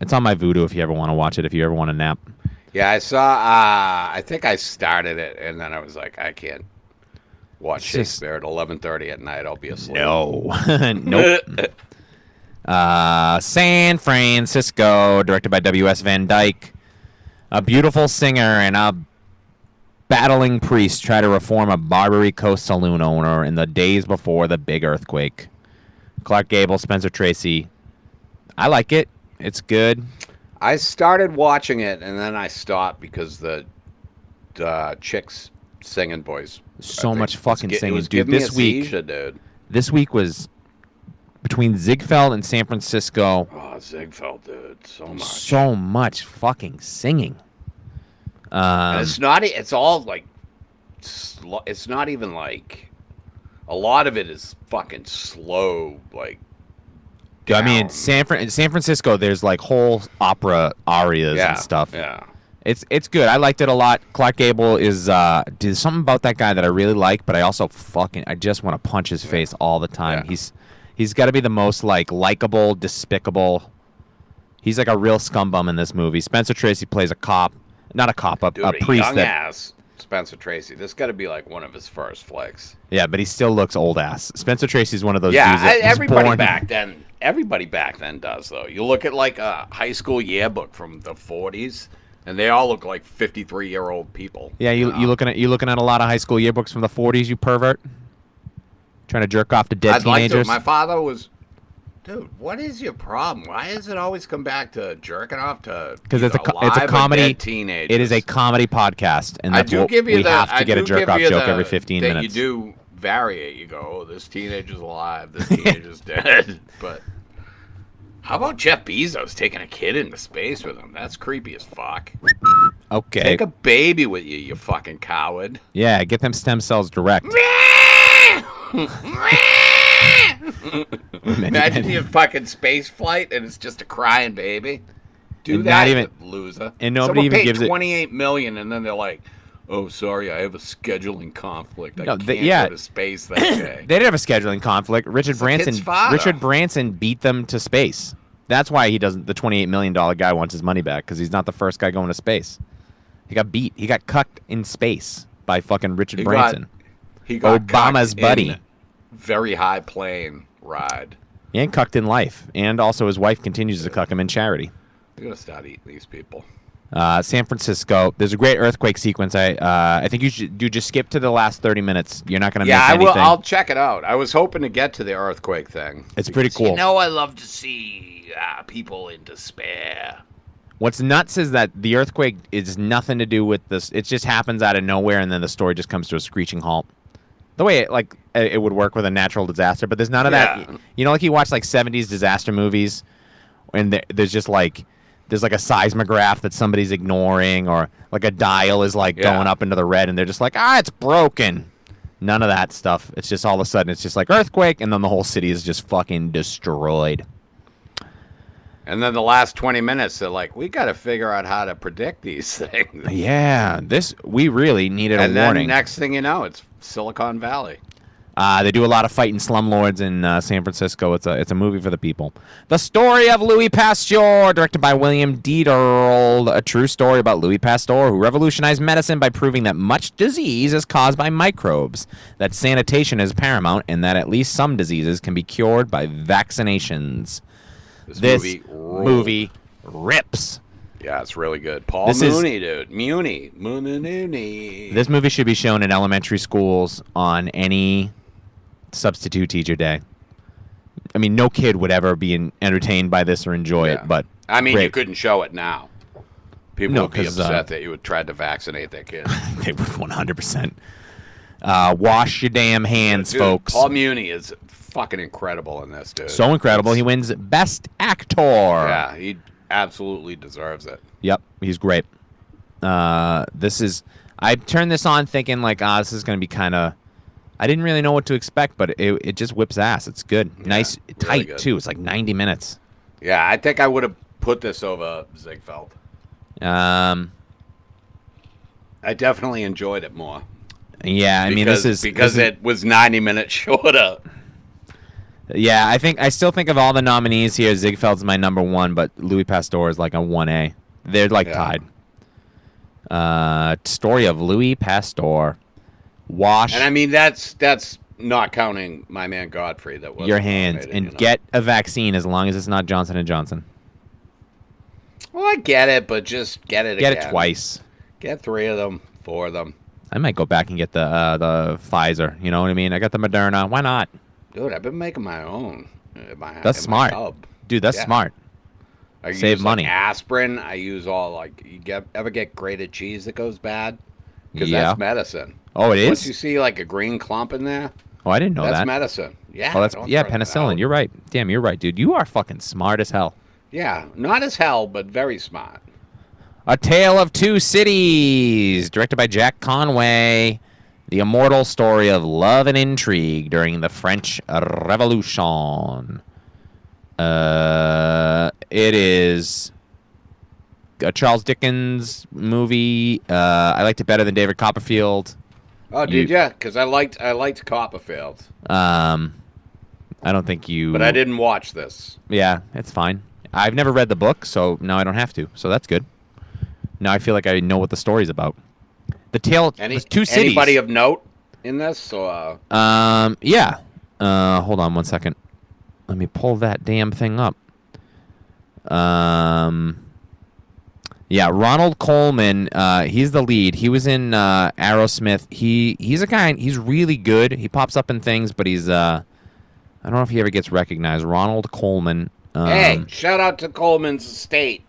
[SPEAKER 2] It's on my Voodoo if you ever want to watch it. If you ever want to nap,
[SPEAKER 1] Yeah, I saw. Uh, I think I started it, and then I was like, I can't watch
[SPEAKER 2] It's just-
[SPEAKER 1] Shakespeare at eleven thirty at night. I'll be asleep.
[SPEAKER 2] no, nope. Uh, San Francisco, directed by W.S. Van Dyke. A beautiful singer and a Battling priests try to reform a Barbary Coast saloon owner in the days before the big earthquake. Clark Gable, Spencer Tracy. I like it. It's good.
[SPEAKER 1] I started watching it and then I stopped because the uh, chicks singing voice.
[SPEAKER 2] So
[SPEAKER 1] I think,
[SPEAKER 2] much
[SPEAKER 1] was
[SPEAKER 2] fucking
[SPEAKER 1] gi- it
[SPEAKER 2] singing,
[SPEAKER 1] was
[SPEAKER 2] dude.
[SPEAKER 1] giving me
[SPEAKER 2] This
[SPEAKER 1] a
[SPEAKER 2] week-
[SPEAKER 1] seizure, dude.
[SPEAKER 2] This week was between Ziegfeld and San Francisco.
[SPEAKER 1] Oh, Ziegfeld, dude, so much.
[SPEAKER 2] So much fucking singing. Um,
[SPEAKER 1] And it's not. e, It's all like. Sl- it's not even like. A lot of it is fucking slow. Like.
[SPEAKER 2] I mean,
[SPEAKER 1] down.
[SPEAKER 2] San Fran- in San Francisco, there's like whole opera arias
[SPEAKER 1] yeah,
[SPEAKER 2] and stuff.
[SPEAKER 1] Yeah.
[SPEAKER 2] It's it's good. I liked it a lot. Clark Gable is uh, there's something about that guy that I really like, but I also fucking I just want to punch his face all the time.
[SPEAKER 1] Yeah.
[SPEAKER 2] He's he's got to be the most like likable, despicable. He's like a real scumbum in this movie. Spencer Tracy plays a cop, not a cop, a,
[SPEAKER 1] Dude,
[SPEAKER 2] a
[SPEAKER 1] a
[SPEAKER 2] priest
[SPEAKER 1] young
[SPEAKER 2] that
[SPEAKER 1] ass Spencer Tracy. This got to be like one of his first flicks.
[SPEAKER 2] yeah, but he still looks old ass. Spencer Tracy's one of those
[SPEAKER 1] yeah,
[SPEAKER 2] dudes
[SPEAKER 1] I,
[SPEAKER 2] that was
[SPEAKER 1] everybody
[SPEAKER 2] born-
[SPEAKER 1] back then. Everybody back then does though. You look at like a high school yearbook from the '40s, and they all look like 53 year old people.
[SPEAKER 2] Yeah, you
[SPEAKER 1] Um,
[SPEAKER 2] you looking at you looking at a lot of high school yearbooks from the 40s, you pervert. Trying to jerk off to dead
[SPEAKER 1] I'd like to.
[SPEAKER 2] teenagers.
[SPEAKER 1] My father was, dude. What is your problem? Why does it always come back to jerking off to?
[SPEAKER 2] 'Cause it's a
[SPEAKER 1] either
[SPEAKER 2] co- it's a
[SPEAKER 1] live or
[SPEAKER 2] comedy-
[SPEAKER 1] dead Teenagers.
[SPEAKER 2] it is a comedy podcast, and
[SPEAKER 1] I
[SPEAKER 2] that's
[SPEAKER 1] do
[SPEAKER 2] what
[SPEAKER 1] give you
[SPEAKER 2] we
[SPEAKER 1] the.
[SPEAKER 2] have to
[SPEAKER 1] I
[SPEAKER 2] get a
[SPEAKER 1] do give
[SPEAKER 2] jerk off
[SPEAKER 1] you
[SPEAKER 2] joke
[SPEAKER 1] the-
[SPEAKER 2] every 15
[SPEAKER 1] that
[SPEAKER 2] minutes.
[SPEAKER 1] You do vary it. You go, oh, this teenager's alive. This teenager's dead. But how about Jeff Bezos taking a kid into space with him? That's creepy as fuck.
[SPEAKER 2] Okay,
[SPEAKER 1] Take a baby with you, you fucking coward.
[SPEAKER 2] yeah, get them stem cells direct.
[SPEAKER 1] Imagine your fucking space flight and it's just a crying baby. Do
[SPEAKER 2] And
[SPEAKER 1] that,
[SPEAKER 2] not even-
[SPEAKER 1] you loser.
[SPEAKER 2] and nobody
[SPEAKER 1] Someone
[SPEAKER 2] even
[SPEAKER 1] paid
[SPEAKER 2] gives it-
[SPEAKER 1] twenty-eight million, and then they're like, "Oh, sorry, I have a scheduling conflict. I
[SPEAKER 2] No,
[SPEAKER 1] can't
[SPEAKER 2] they- yeah.
[SPEAKER 1] go to space that day."
[SPEAKER 2] They did have a scheduling conflict. Richard
[SPEAKER 1] the kid's
[SPEAKER 2] Branson,
[SPEAKER 1] father.
[SPEAKER 2] Richard Branson beat them to space. That's why he doesn't. The 28 million dollar guy wants his money back because he's not the first guy going to space. He got beat. He got cucked in space by fucking Richard
[SPEAKER 1] He got-
[SPEAKER 2] Branson.
[SPEAKER 1] he got
[SPEAKER 2] Obama's
[SPEAKER 1] cucked
[SPEAKER 2] buddy.
[SPEAKER 1] in very high plane ride.
[SPEAKER 2] and cucked in life, and also his wife continues to cuck him in charity.
[SPEAKER 1] They're gonna start eating these people.
[SPEAKER 2] Uh, San Francisco. There's a great earthquake sequence. I uh, I think you should do just skip to the last 30 minutes. You're not gonna
[SPEAKER 1] Yeah,
[SPEAKER 2] miss
[SPEAKER 1] I will.
[SPEAKER 2] anything.
[SPEAKER 1] I'll check it out. I was hoping to get to the earthquake thing.
[SPEAKER 2] It's pretty
[SPEAKER 1] Because
[SPEAKER 2] cool.
[SPEAKER 1] You know, I love to see uh, people in despair.
[SPEAKER 2] What's nuts is that the earthquake is nothing to do with this. It just happens out of nowhere, and then the story just comes to a screeching halt. The way it like uh, it it would work with a natural disaster, but there's none of
[SPEAKER 1] Yeah.
[SPEAKER 2] that. You know, like you watch like 70s disaster movies, and there, there's just like there's like a seismograph that somebody's ignoring, or like a dial is like
[SPEAKER 1] Yeah.
[SPEAKER 2] going up into the red, and they're just like, ah, it's broken. None of that stuff. It's just all of a sudden, it's just like earthquake, and then the whole city is just fucking destroyed.
[SPEAKER 1] And then the last 20 minutes, they're like, we got to figure out how to predict these things.
[SPEAKER 2] Yeah, this we really needed
[SPEAKER 1] And
[SPEAKER 2] a
[SPEAKER 1] then
[SPEAKER 2] warning.
[SPEAKER 1] next thing you know, it's Silicon Valley.
[SPEAKER 2] Uh, they do a lot of fighting slumlords in uh, San Francisco. It's a it's a movie for the people. The story of Louis Pasteur, directed by William Diderot, a true story about Louis Pasteur, who revolutionized medicine by proving that much disease is caused by microbes, that sanitation is paramount, and that at least some diseases can be cured by vaccinations.
[SPEAKER 1] This,
[SPEAKER 2] This
[SPEAKER 1] movie, ruled.
[SPEAKER 2] movie rips.
[SPEAKER 1] Yeah, it's really good. Paul
[SPEAKER 2] This is-
[SPEAKER 1] Mooney, dude. Muni. Mooney, Mooney.
[SPEAKER 2] This movie should be shown in elementary schools on any substitute teacher day. I mean, no kid would ever be en- entertained by this or enjoy
[SPEAKER 1] Yeah.
[SPEAKER 2] it, but
[SPEAKER 1] I mean, you
[SPEAKER 2] great.
[SPEAKER 1] couldn't show it now. People
[SPEAKER 2] No,
[SPEAKER 1] would be
[SPEAKER 2] 'cause,
[SPEAKER 1] upset
[SPEAKER 2] uh,
[SPEAKER 1] that you would try to vaccinate their kids.
[SPEAKER 2] they would 100%. Uh, wash your damn hands,
[SPEAKER 1] Dude,
[SPEAKER 2] folks.
[SPEAKER 1] Paul Muni is fucking incredible in this, dude.
[SPEAKER 2] so incredible. He wins Best Actor.
[SPEAKER 1] Yeah, he absolutely deserves it.
[SPEAKER 2] Yep, he's great. Uh, this is I turned this on thinking like, ah, this is gonna be kind of. I didn't really know what to expect, but it, it just whips ass. It's good, nice, tight
[SPEAKER 1] good.
[SPEAKER 2] too. It's like ninety minutes.
[SPEAKER 1] Yeah, I think I would have put this over Ziegfeld.
[SPEAKER 2] Um,
[SPEAKER 1] I definitely enjoyed it more.
[SPEAKER 2] yeah, I mean this
[SPEAKER 1] Because-
[SPEAKER 2] is
[SPEAKER 1] because
[SPEAKER 2] this is-
[SPEAKER 1] it was 90 minutes shorter.
[SPEAKER 2] Yeah, I think I still think of all the nominees here. Ziegfeld's my number one, but Louis Pasteur is like a one A. They're like
[SPEAKER 1] Yeah.
[SPEAKER 2] tied. Uh, story of Louis Pasteur. Wash
[SPEAKER 1] And I mean that's that's not counting my man Godfrey that was
[SPEAKER 2] your hands and get a vaccine as long as it's not Johnson and Johnson.
[SPEAKER 1] Well, I get it, but just get it
[SPEAKER 2] Get
[SPEAKER 1] again.
[SPEAKER 2] it twice.
[SPEAKER 1] Get three of them, four of them.
[SPEAKER 2] I might go back and get the uh, the Pfizer. You know what I mean? I got the Moderna. Why not,
[SPEAKER 1] Dude, I've been making my own. at my-
[SPEAKER 2] That's
[SPEAKER 1] at my
[SPEAKER 2] smart.
[SPEAKER 1] hub.
[SPEAKER 2] dude? That's
[SPEAKER 1] Yeah.
[SPEAKER 2] smart.
[SPEAKER 1] I
[SPEAKER 2] Save
[SPEAKER 1] use, like,
[SPEAKER 2] money.
[SPEAKER 1] aspirin. I use all like you get ever get grated cheese that goes bad because
[SPEAKER 2] Yeah.
[SPEAKER 1] that's medicine.
[SPEAKER 2] Oh, it
[SPEAKER 1] Once
[SPEAKER 2] is.
[SPEAKER 1] you see like a green clump in there,
[SPEAKER 2] oh, I didn't know
[SPEAKER 1] that's
[SPEAKER 2] that.
[SPEAKER 1] medicine. Yeah.
[SPEAKER 2] oh, that's
[SPEAKER 1] don't
[SPEAKER 2] yeah,
[SPEAKER 1] throw that
[SPEAKER 2] penicillin.
[SPEAKER 1] out.
[SPEAKER 2] You're right. Damn, you're right, dude. You are fucking smart as hell.
[SPEAKER 1] Yeah, not as hell, but very smart.
[SPEAKER 2] A Tale of Two Cities, directed by Jack Conway. The immortal story of love and intrigue during the French Revolution. Uh, it is a Charles Dickens movie. Uh, I liked it better than David Copperfield.
[SPEAKER 1] Oh,
[SPEAKER 2] You-
[SPEAKER 1] did yeah? Because I liked I liked Copperfield,
[SPEAKER 2] Um, I don't think you.
[SPEAKER 1] but I didn't watch this.
[SPEAKER 2] Yeah, it's fine. I've never read the book, so now I don't have to. So that's good. Now I feel like I know what the story's about. The tale.
[SPEAKER 1] Any
[SPEAKER 2] there's two cities.
[SPEAKER 1] anybody of note in this? Or,
[SPEAKER 2] um. Yeah. Uh. Hold on one second. Let me pull that damn thing up. Um. Yeah, Ronald Coleman. Uh, he's the lead. He was in uh, Aerosmith. He he's a guy. He's really good. He pops up in things, but he's uh, I don't know if he ever gets recognized. Ronald Coleman. Um,
[SPEAKER 1] hey, shout out to Coleman's estate.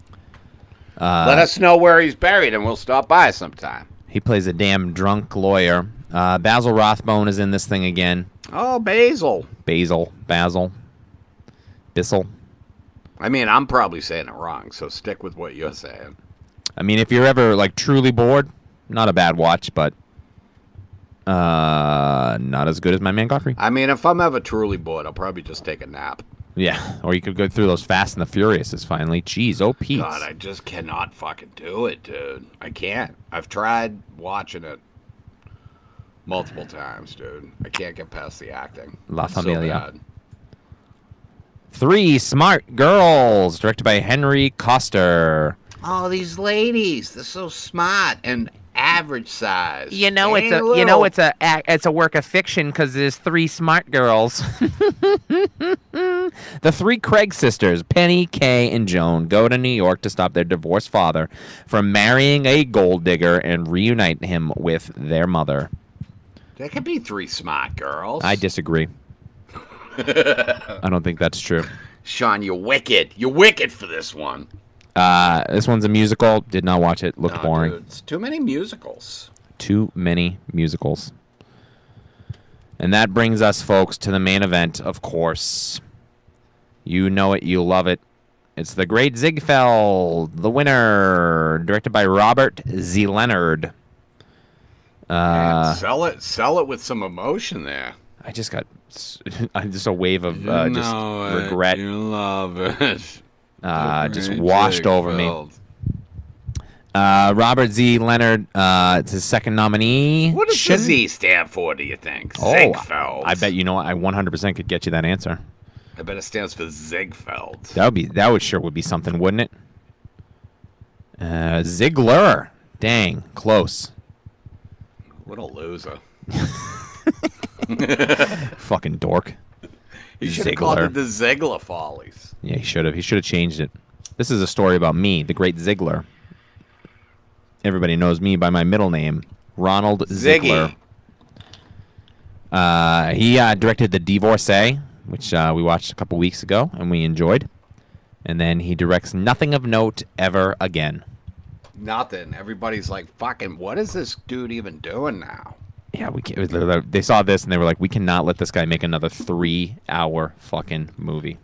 [SPEAKER 2] uh,
[SPEAKER 1] Let us know where he's buried, and we'll stop by sometime.
[SPEAKER 2] He plays a damn drunk lawyer. Uh, Basil Rothbone is in this thing again.
[SPEAKER 1] Oh, Basil.
[SPEAKER 2] Basil, Basil, Bissell.
[SPEAKER 1] I mean, I'm probably saying it wrong, so stick with what you're saying.
[SPEAKER 2] I mean, if you're ever like truly bored, not a bad watch, but uh, not as good as my man Godfrey.
[SPEAKER 1] I mean, if I'm ever truly bored, I'll probably just take a nap.
[SPEAKER 2] Yeah, or you could go through those Fast and the Furiouses finally. Jeez, oh Pete.
[SPEAKER 1] God, I just cannot fucking do it, dude. I can't. I've tried watching it multiple times, dude. I can't get past the acting.
[SPEAKER 2] La
[SPEAKER 1] It's so
[SPEAKER 2] Familia.
[SPEAKER 1] bad.
[SPEAKER 2] Three Smart Girls, directed by Henry Coster.
[SPEAKER 1] oh, these ladies, they're so smart and average size.
[SPEAKER 3] You know
[SPEAKER 1] They
[SPEAKER 3] it's a
[SPEAKER 1] ain't
[SPEAKER 3] you know
[SPEAKER 1] little.
[SPEAKER 3] it's a ac- it's a work of fiction because there's three smart girls.
[SPEAKER 2] The three Craig sisters, Penny, Kay, and Joan, go to New York to stop their divorced father from marrying a gold digger and reunite him with their mother.
[SPEAKER 1] There could be three smart girls.
[SPEAKER 2] I disagree. I don't think that's true.
[SPEAKER 1] Sean, you're wicked. You're wicked for this one.
[SPEAKER 2] Uh, this one's a musical. Did not watch it. Looked
[SPEAKER 1] Nah,
[SPEAKER 2] boring.
[SPEAKER 1] dude, it's too many musicals.
[SPEAKER 2] Too many musicals. And that brings us, folks, to the main event, of course. You know it, you love it. It's The Great Ziegfeld, the winner, directed by Robert Z. Leonard.
[SPEAKER 1] Man,
[SPEAKER 2] Uh,
[SPEAKER 1] sell it, sell it with some emotion there.
[SPEAKER 2] I just got s- I- just a wave of uh, just
[SPEAKER 1] No, it.
[SPEAKER 2] regret
[SPEAKER 1] You love it.
[SPEAKER 2] uh,
[SPEAKER 1] The
[SPEAKER 2] just
[SPEAKER 1] great
[SPEAKER 2] washed over me.
[SPEAKER 1] Ziegfeld.
[SPEAKER 2] Uh, Robert Z. Leonard, uh, it's his second nominee.
[SPEAKER 1] What does the
[SPEAKER 2] Shouldn't-
[SPEAKER 1] Z stand for? Do you think?
[SPEAKER 2] Oh,
[SPEAKER 1] Ziegfeld.
[SPEAKER 2] I bet you know what, I 100% could get you that answer.
[SPEAKER 1] I bet it stands for Ziegfeld.
[SPEAKER 2] That would be that would sure would be something, wouldn't it? Uh, Ziggler. Dang, close.
[SPEAKER 1] What a loser.
[SPEAKER 2] Fucking dork.
[SPEAKER 1] You should have called
[SPEAKER 2] Ziegler.
[SPEAKER 1] it the Ziegler Follies.
[SPEAKER 2] Yeah, he should have. He should have changed it. This is a story about me, the great Ziggler. Everybody knows me by my middle name, Ronald Ziegler.
[SPEAKER 1] Ziggy.
[SPEAKER 2] Uh, he uh, directed The Divorcee, which uh, we watched a couple weeks ago and we enjoyed. And then he directs Nothing of Note Ever Again.
[SPEAKER 1] Nothing. Everybody's like, fucking. What is this dude even doing now?
[SPEAKER 2] yeah, we can't. They saw this and they were like, we cannot let this guy make another three-hour fucking movie.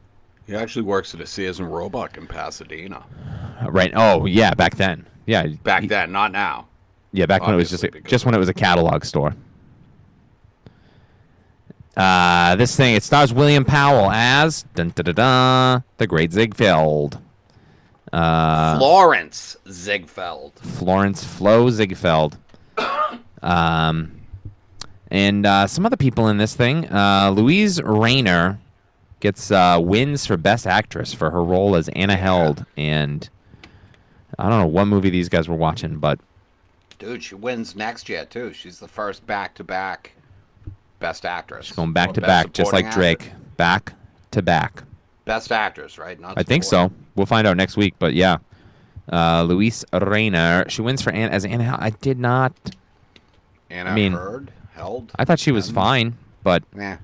[SPEAKER 1] He actually works at a Sears and Roebuck in Pasadena.
[SPEAKER 2] Uh, Right? Oh yeah, back then. Yeah,
[SPEAKER 1] Back then, not now.
[SPEAKER 2] yeah, back when it was just a,
[SPEAKER 1] obviously, because
[SPEAKER 2] just when it was a catalog store. Uh, this thing it stars William Powell as dun, da, da, da, the Great Ziegfeld, Uh,
[SPEAKER 1] Florence Ziegfeld.
[SPEAKER 2] Florence Flo Ziegfeld, um, and uh, some other people in this thing. Uh, Louise Rayner gets uh, wins for Best Actress for her role as Anna Held, and I don't know what movie these guys were watching, but
[SPEAKER 1] Dude, she wins next year too. She's the first back-to-back best actress. She's
[SPEAKER 2] going back to back, just like Drake, back to back.
[SPEAKER 1] Best actress, right? Not
[SPEAKER 2] I think so.
[SPEAKER 1] supporting.
[SPEAKER 2] We'll find out next week, but yeah. Uh, Louise Rayner, she wins for Anna as Anna Held. I did not
[SPEAKER 1] Anna
[SPEAKER 2] I mean-
[SPEAKER 1] Hurd held.
[SPEAKER 2] I thought she was fine, but
[SPEAKER 1] Nah.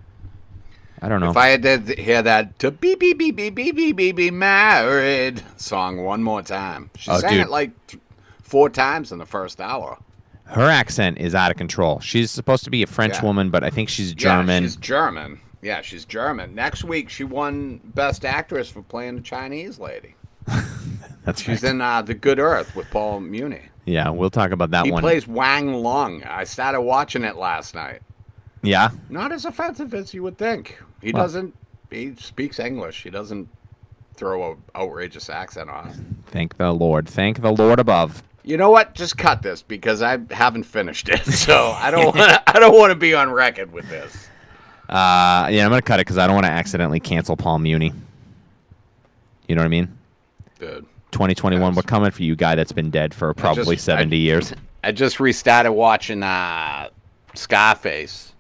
[SPEAKER 2] I don't know.
[SPEAKER 1] If I had to th- hear that to be be be be be be be be married song one more time, she
[SPEAKER 2] Oh,
[SPEAKER 1] sang
[SPEAKER 2] dude.
[SPEAKER 1] it like th- four times in the first hour.
[SPEAKER 2] Her accent is out of control. She's supposed to be a French
[SPEAKER 1] Yeah.
[SPEAKER 2] woman, but I think she's
[SPEAKER 1] Yeah,
[SPEAKER 2] German.
[SPEAKER 1] she's German. Yeah, she's German. Next week, she won Best Actress for playing a Chinese lady.
[SPEAKER 2] That's
[SPEAKER 1] She's
[SPEAKER 2] right.
[SPEAKER 1] in uh, The Good Earth with Paul Muni.
[SPEAKER 2] Yeah, we'll talk about that
[SPEAKER 1] He
[SPEAKER 2] one.
[SPEAKER 1] plays Wang Lung. I started watching it last night.
[SPEAKER 2] yeah,
[SPEAKER 1] Not as offensive as you would think. He
[SPEAKER 2] Well-
[SPEAKER 1] doesn't. He speaks English. He doesn't throw a outrageous accent on. us.
[SPEAKER 2] thank the Lord. Thank the Lord above.
[SPEAKER 1] You know what? Just cut this because I haven't finished it. So I don't. Wanna, I don't want to be on record with this.
[SPEAKER 2] Uh, yeah, I'm gonna cut it because I don't want to accidentally cancel Paul Muni. You know what I mean?
[SPEAKER 1] Dude,
[SPEAKER 2] 2021,
[SPEAKER 1] Yes.
[SPEAKER 2] we're coming for you, guy that's been dead for probably
[SPEAKER 1] I-
[SPEAKER 2] 70 years.
[SPEAKER 1] I just restarted watching uh, Scarface.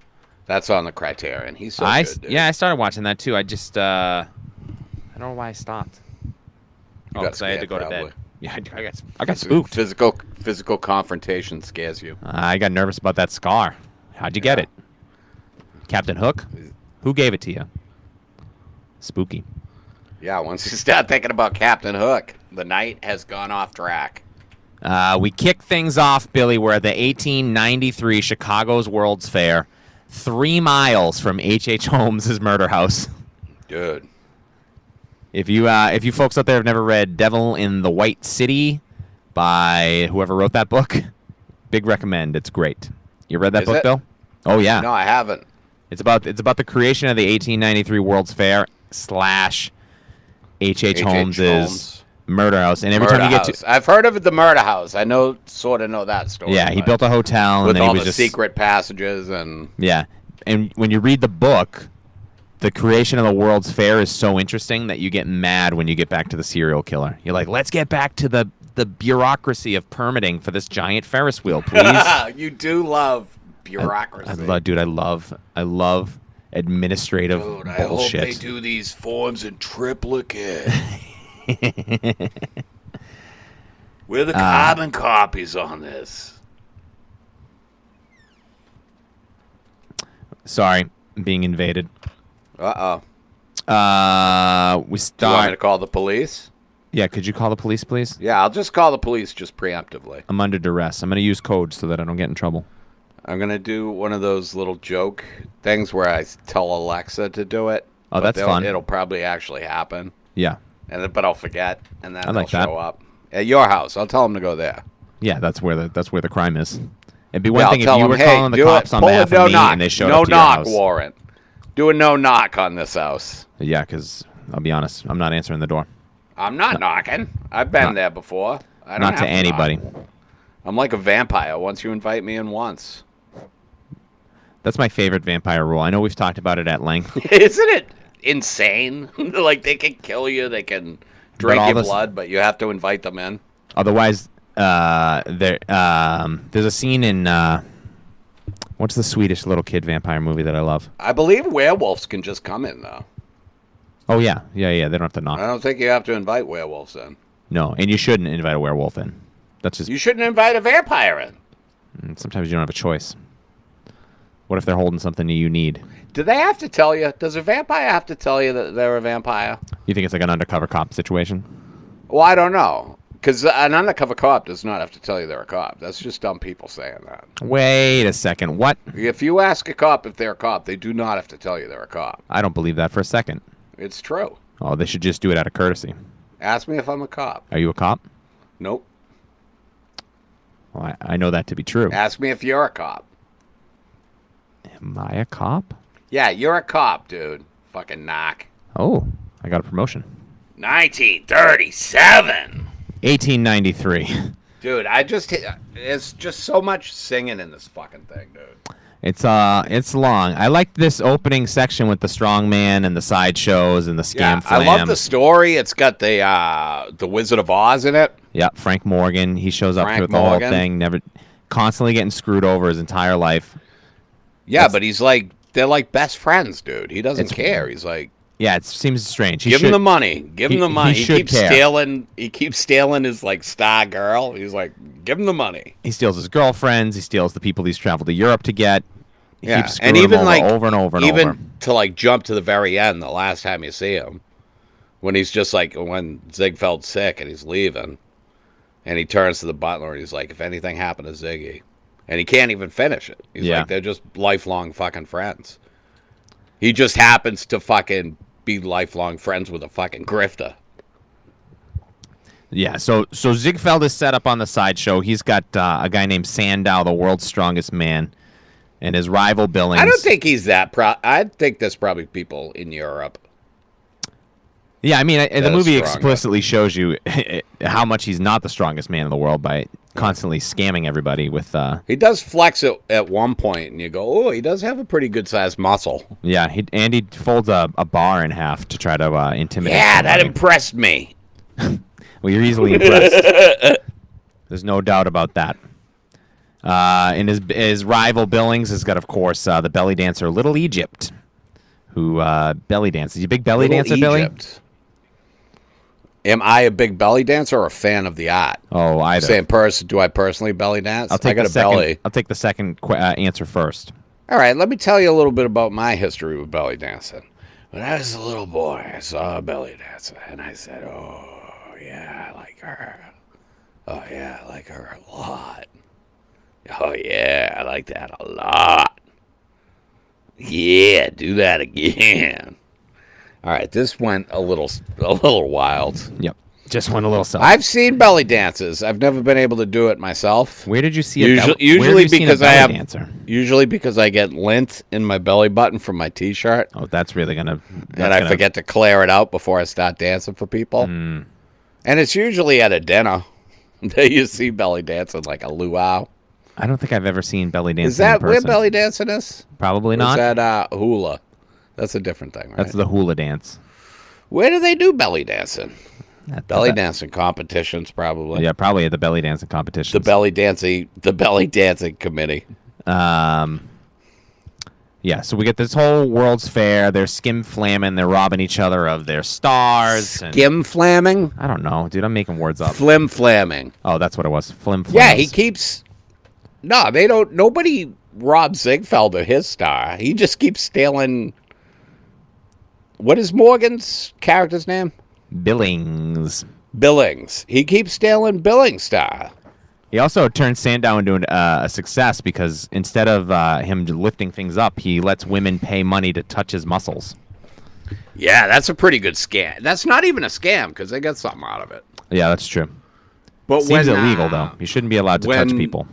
[SPEAKER 1] That's on the Criterion. He's so
[SPEAKER 2] I
[SPEAKER 1] good. Dude.
[SPEAKER 2] yeah, I started watching that too. I just uh, I don't know why I stopped. Oh,
[SPEAKER 1] got
[SPEAKER 2] 'cause I had to
[SPEAKER 1] scared,
[SPEAKER 2] go to
[SPEAKER 1] probably.
[SPEAKER 2] bed. Yeah, I got I got
[SPEAKER 1] Physical-
[SPEAKER 2] spooked.
[SPEAKER 1] Physical physical confrontation scares you.
[SPEAKER 2] I got nervous about that scar. How'd you get
[SPEAKER 1] Yeah.
[SPEAKER 2] it? Captain Hook? Who gave it to you? Spooky.
[SPEAKER 1] Yeah, once you start thinking about Captain Hook, the night has gone off track.
[SPEAKER 2] Uh, we kick things off, Billy. We're at the 1893 Chicago's World's Fair, three miles from H.H. H. Holmes' murder house.
[SPEAKER 1] Dude.
[SPEAKER 2] If you uh, if you folks out there have never read Devil in the White City by whoever wrote that book, big recommend. It's great. You read that
[SPEAKER 1] Is
[SPEAKER 2] book,
[SPEAKER 1] it?
[SPEAKER 2] Bill? Oh yeah.
[SPEAKER 1] No, I haven't.
[SPEAKER 2] It's about it's about the creation of the 1893 World's Fair slash H.H. H.
[SPEAKER 1] H.H.
[SPEAKER 2] Holmes'
[SPEAKER 1] Holmes.
[SPEAKER 2] murder house. And every
[SPEAKER 1] Murder
[SPEAKER 2] time you get
[SPEAKER 1] House. I've heard of the murder house. I know, sort of know that
[SPEAKER 2] to
[SPEAKER 1] story.
[SPEAKER 2] yeah, he
[SPEAKER 1] but
[SPEAKER 2] built a hotel and
[SPEAKER 1] with
[SPEAKER 2] then he
[SPEAKER 1] all
[SPEAKER 2] was
[SPEAKER 1] the
[SPEAKER 2] just
[SPEAKER 1] secret passages and
[SPEAKER 2] yeah. And when you read the book, the creation of the World's Fair is so interesting that you get mad when you get back to the serial killer. You're like, let's get back to the the bureaucracy of permitting for this giant Ferris wheel, please.
[SPEAKER 1] you do love bureaucracy.
[SPEAKER 2] I love, dude. I love, I love administrative
[SPEAKER 1] Dude, I hope
[SPEAKER 2] bullshit.
[SPEAKER 1] they do these forms in triplicate. Where are
[SPEAKER 2] Uh,
[SPEAKER 1] the carbon copies on this?
[SPEAKER 2] Sorry, I'm being invaded.
[SPEAKER 1] Uh oh.
[SPEAKER 2] Uh, we
[SPEAKER 1] Do you want me to
[SPEAKER 2] start.
[SPEAKER 1] call the police?
[SPEAKER 2] Yeah, could you call the police, please?
[SPEAKER 1] Yeah, I'll just call the police just preemptively.
[SPEAKER 2] I'm under duress. I'm gonna use code so that I don't get in trouble.
[SPEAKER 1] I'm gonna do one of those little joke things where I s- tell Alexa to do it.
[SPEAKER 2] Oh,
[SPEAKER 1] but
[SPEAKER 2] that's
[SPEAKER 1] they'll-
[SPEAKER 2] fun.
[SPEAKER 1] It'll probably actually happen,
[SPEAKER 2] Yeah,
[SPEAKER 1] and then, but I'll forget, and then
[SPEAKER 2] I like
[SPEAKER 1] they'll
[SPEAKER 2] that.
[SPEAKER 1] show up at your house. I'll tell them to go there.
[SPEAKER 2] yeah. That's where the that's where the crime is. It'd be one
[SPEAKER 1] yeah, I'll
[SPEAKER 2] thing if
[SPEAKER 1] tell
[SPEAKER 2] you
[SPEAKER 1] them,
[SPEAKER 2] were
[SPEAKER 1] hey,
[SPEAKER 2] calling the
[SPEAKER 1] do
[SPEAKER 2] cops
[SPEAKER 1] it,
[SPEAKER 2] on
[SPEAKER 1] pull a
[SPEAKER 2] behalf
[SPEAKER 1] no
[SPEAKER 2] of me
[SPEAKER 1] knock,
[SPEAKER 2] and they showed
[SPEAKER 1] no
[SPEAKER 2] up to your
[SPEAKER 1] knock
[SPEAKER 2] house.
[SPEAKER 1] warrant. Do a no knock on this house.
[SPEAKER 2] Yeah, because I'll be honest, I'm not answering the door.
[SPEAKER 1] I'm not knocking. I've been
[SPEAKER 2] Not-
[SPEAKER 1] there before. I don't
[SPEAKER 2] Not to
[SPEAKER 1] have knock.
[SPEAKER 2] anybody.
[SPEAKER 1] I'm like a vampire. Once you invite me in once,
[SPEAKER 2] That's my favorite vampire rule. I know we've talked about it at length.
[SPEAKER 1] isn't it insane? like they can kill you, they can drink
[SPEAKER 2] all
[SPEAKER 1] your
[SPEAKER 2] this-
[SPEAKER 1] blood, but you have to invite them in.
[SPEAKER 2] Otherwise, uh, there um, there's a scene in uh, what's the Swedish little kid vampire movie that I love?
[SPEAKER 1] I believe werewolves can just come in though.
[SPEAKER 2] Oh yeah, yeah, yeah. They don't have to knock.
[SPEAKER 1] I don't think you have to invite werewolves in.
[SPEAKER 2] No, and you shouldn't invite a werewolf in. That's just
[SPEAKER 1] You shouldn't invite a vampire in.
[SPEAKER 2] sometimes you don't have a choice. What if they're holding something you need?
[SPEAKER 1] Do they have to tell you? Does a vampire have to tell you that they're a vampire?
[SPEAKER 2] You think it's like an undercover cop situation?
[SPEAKER 1] Well, I don't know. Because an undercover cop does not have to tell you they're a cop. That's just dumb people saying that.
[SPEAKER 2] Wait a second. What?
[SPEAKER 1] If you ask a cop if they're a cop, they do not have to tell you they're a cop.
[SPEAKER 2] I don't believe that for a second.
[SPEAKER 1] It's true.
[SPEAKER 2] Oh, they should just do it out of courtesy.
[SPEAKER 1] Ask me if I'm a cop.
[SPEAKER 2] Are you a cop?
[SPEAKER 1] Nope.
[SPEAKER 2] Well, I, I know that to be true.
[SPEAKER 1] Ask me if you're a cop.
[SPEAKER 2] Am I a cop?
[SPEAKER 1] Yeah, you're a cop, dude. Fucking knock.
[SPEAKER 2] Oh, I got a promotion.
[SPEAKER 1] 1937.
[SPEAKER 2] 1893.
[SPEAKER 1] Dude, I just hit. It's just so much singing in this fucking thing, dude.
[SPEAKER 2] It's uh, it's long. I liked this opening section with the strong man and the sideshows and the scam
[SPEAKER 1] Yeah, I
[SPEAKER 2] flam.
[SPEAKER 1] love the story. It's got the uh, the Wizard of Oz in it.
[SPEAKER 2] Yeah, Frank Morgan. He shows up
[SPEAKER 1] Frank
[SPEAKER 2] with the whole
[SPEAKER 1] Morgan.
[SPEAKER 2] thing, never constantly getting screwed over his entire life.
[SPEAKER 1] Yeah, but he's like they're like best friends, dude. He doesn't care. He's like,
[SPEAKER 2] Yeah, it seems strange. He
[SPEAKER 1] give him
[SPEAKER 2] should-
[SPEAKER 1] the money, give
[SPEAKER 2] he-
[SPEAKER 1] him the
[SPEAKER 2] he
[SPEAKER 1] money. He,
[SPEAKER 2] should
[SPEAKER 1] keeps
[SPEAKER 2] care.
[SPEAKER 1] stealing. He keeps stealing his like star girl. He's like, Give him the money.
[SPEAKER 2] He steals his girlfriends. He steals the people he's traveled to Europe to get. He
[SPEAKER 1] Yeah,
[SPEAKER 2] keeps screwing
[SPEAKER 1] and even
[SPEAKER 2] them over,
[SPEAKER 1] like
[SPEAKER 2] over and over and
[SPEAKER 1] even
[SPEAKER 2] over.
[SPEAKER 1] to like jump to the very end, the last time you see him, when he's just like when Ziegfeld's sick and he's leaving, and he turns to the butler and he's like, "If anything happened to Ziggy," and he can't even finish it. He's
[SPEAKER 2] Yeah.
[SPEAKER 1] like, "They're just lifelong fucking friends." He just happens to fucking be lifelong friends with a fucking grifter.
[SPEAKER 2] Yeah, so so Ziegfeld is set up on the sideshow. He's got uh, a guy named Sandow, the world's strongest man, and his rival Billings.
[SPEAKER 1] I don't think he's that pro. I think that's probably people in Europe.
[SPEAKER 2] Yeah, I mean, I, the
[SPEAKER 1] is
[SPEAKER 2] movie
[SPEAKER 1] strong, though.
[SPEAKER 2] explicitly shows you how much he's not the strongest man in the world by constantly scamming everybody with. Uh,
[SPEAKER 1] He does flex it at one point, and you go, "Oh, he does have a pretty good sized muscle."
[SPEAKER 2] yeah, he, and he folds a, a bar in half to try to uh, intimidate.
[SPEAKER 1] Yeah, that
[SPEAKER 2] somebody.
[SPEAKER 1] impressed me.
[SPEAKER 2] Well, you're easily impressed. There's no doubt about that. Uh, and his, his rival Billings has got, of course, uh, the belly dancer Little Egypt, who uh, belly dances. You a big belly dancer, Billy?
[SPEAKER 1] Billy? Am I a big belly dancer or a fan of the art?
[SPEAKER 2] Oh, either.
[SPEAKER 1] Same person. Do I personally belly dance?
[SPEAKER 2] I'll take
[SPEAKER 1] I got
[SPEAKER 2] the
[SPEAKER 1] a
[SPEAKER 2] second,
[SPEAKER 1] belly.
[SPEAKER 2] I'll take the second qu- uh, answer first.
[SPEAKER 1] All right, let me tell you a little bit about my history with belly dancing. When I was a little boy, I saw a belly dancer and I said, Oh, yeah, I like her. Oh, yeah, I like her a lot. Oh, yeah, I like that a lot. Yeah, do that again. All right, this went a little a little wild.
[SPEAKER 2] Yep. Just went a little self.
[SPEAKER 1] I've seen belly dances. I've never been able to do it myself.
[SPEAKER 2] Where did you see a
[SPEAKER 1] Usually-
[SPEAKER 2] bel- where
[SPEAKER 1] usually
[SPEAKER 2] have you seen a
[SPEAKER 1] because I
[SPEAKER 2] belly
[SPEAKER 1] have-
[SPEAKER 2] dancer?
[SPEAKER 1] Usually because I get lint in my belly button from my t-shirt.
[SPEAKER 2] Oh, that's really gonna. That's
[SPEAKER 1] and I
[SPEAKER 2] gonna- Hmm.
[SPEAKER 1] forget to clear it out before I start dancing for people. And it's usually at a dinner that you see belly dancing like a luau.
[SPEAKER 2] I don't think I've ever seen belly dancing.
[SPEAKER 1] Is that
[SPEAKER 2] in
[SPEAKER 1] where
[SPEAKER 2] person.
[SPEAKER 1] belly dancing is?
[SPEAKER 2] Probably
[SPEAKER 1] Or Is
[SPEAKER 2] not.
[SPEAKER 1] that uh, hula? That's a different thing, right?
[SPEAKER 2] That's the hula dance.
[SPEAKER 1] where do they do belly dancing?
[SPEAKER 2] That-
[SPEAKER 1] Belly
[SPEAKER 2] that-
[SPEAKER 1] dancing competitions, probably.
[SPEAKER 2] Yeah, probably at the belly dancing
[SPEAKER 1] The
[SPEAKER 2] competition.
[SPEAKER 1] belly dancing, the belly dancing committee.
[SPEAKER 2] Um, yeah, so we get this whole World's Fair. They're skim flamming. They're robbing each other of their stars. and,
[SPEAKER 1] Gim flamming,
[SPEAKER 2] I don't know, dude. I'm making words up.
[SPEAKER 1] flim flamming.
[SPEAKER 2] oh, that's what it was. Flim flams.
[SPEAKER 1] Yeah, he keeps. No, they don't. Nobody robbed Ziegfeld of his star. He just keeps stealing. What is Morgan's character's name?
[SPEAKER 2] Billings.
[SPEAKER 1] Billings. He keeps stealing Billings' star.
[SPEAKER 2] He also turns Sandow into an, uh, a success because instead of uh, him lifting things up, he lets women pay money to touch his muscles.
[SPEAKER 1] Yeah, that's a pretty good scam. That's not even a scam because they got something out of it.
[SPEAKER 2] Yeah, that's true.
[SPEAKER 1] But
[SPEAKER 2] Seems
[SPEAKER 1] when,
[SPEAKER 2] illegal
[SPEAKER 1] uh,
[SPEAKER 2] though. You shouldn't be allowed to touch
[SPEAKER 1] when-
[SPEAKER 2] people.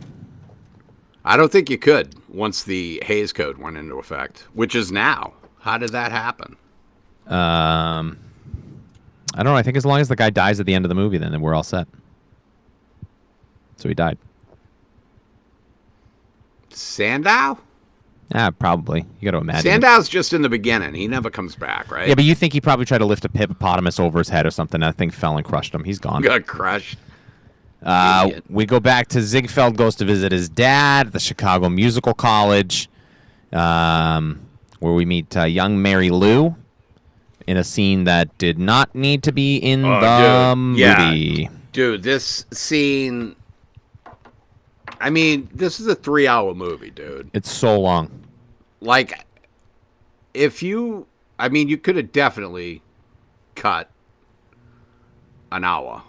[SPEAKER 1] I don't think you could once the Hayes Code went into effect, which is now. How did that happen?
[SPEAKER 2] Um, I don't know. I think as long as the guy dies at the end of the movie, then, then we're all set. So he died.
[SPEAKER 1] Sandow?
[SPEAKER 2] Ah, probably. You got to imagine. it.
[SPEAKER 1] Sandow's just in the beginning. He never comes back, right?
[SPEAKER 2] Yeah, but you think he probably tried to lift a hippopotamus over his head or something? and That thing fell and crushed him. He's gone.
[SPEAKER 1] got crushed.
[SPEAKER 2] Uh,
[SPEAKER 1] Idiot.
[SPEAKER 2] we go back to Ziegfeld goes to visit his dad at the Chicago Musical College, um, where we meet uh, young Mary Lou in a scene that did not need to be in
[SPEAKER 1] Oh,
[SPEAKER 2] the
[SPEAKER 1] dude.
[SPEAKER 2] movie.
[SPEAKER 1] Yeah. Dude, this scene. I mean, this is a three hour movie, dude.
[SPEAKER 2] It's so long.
[SPEAKER 1] Like, if you. I mean, you could have definitely cut an hour.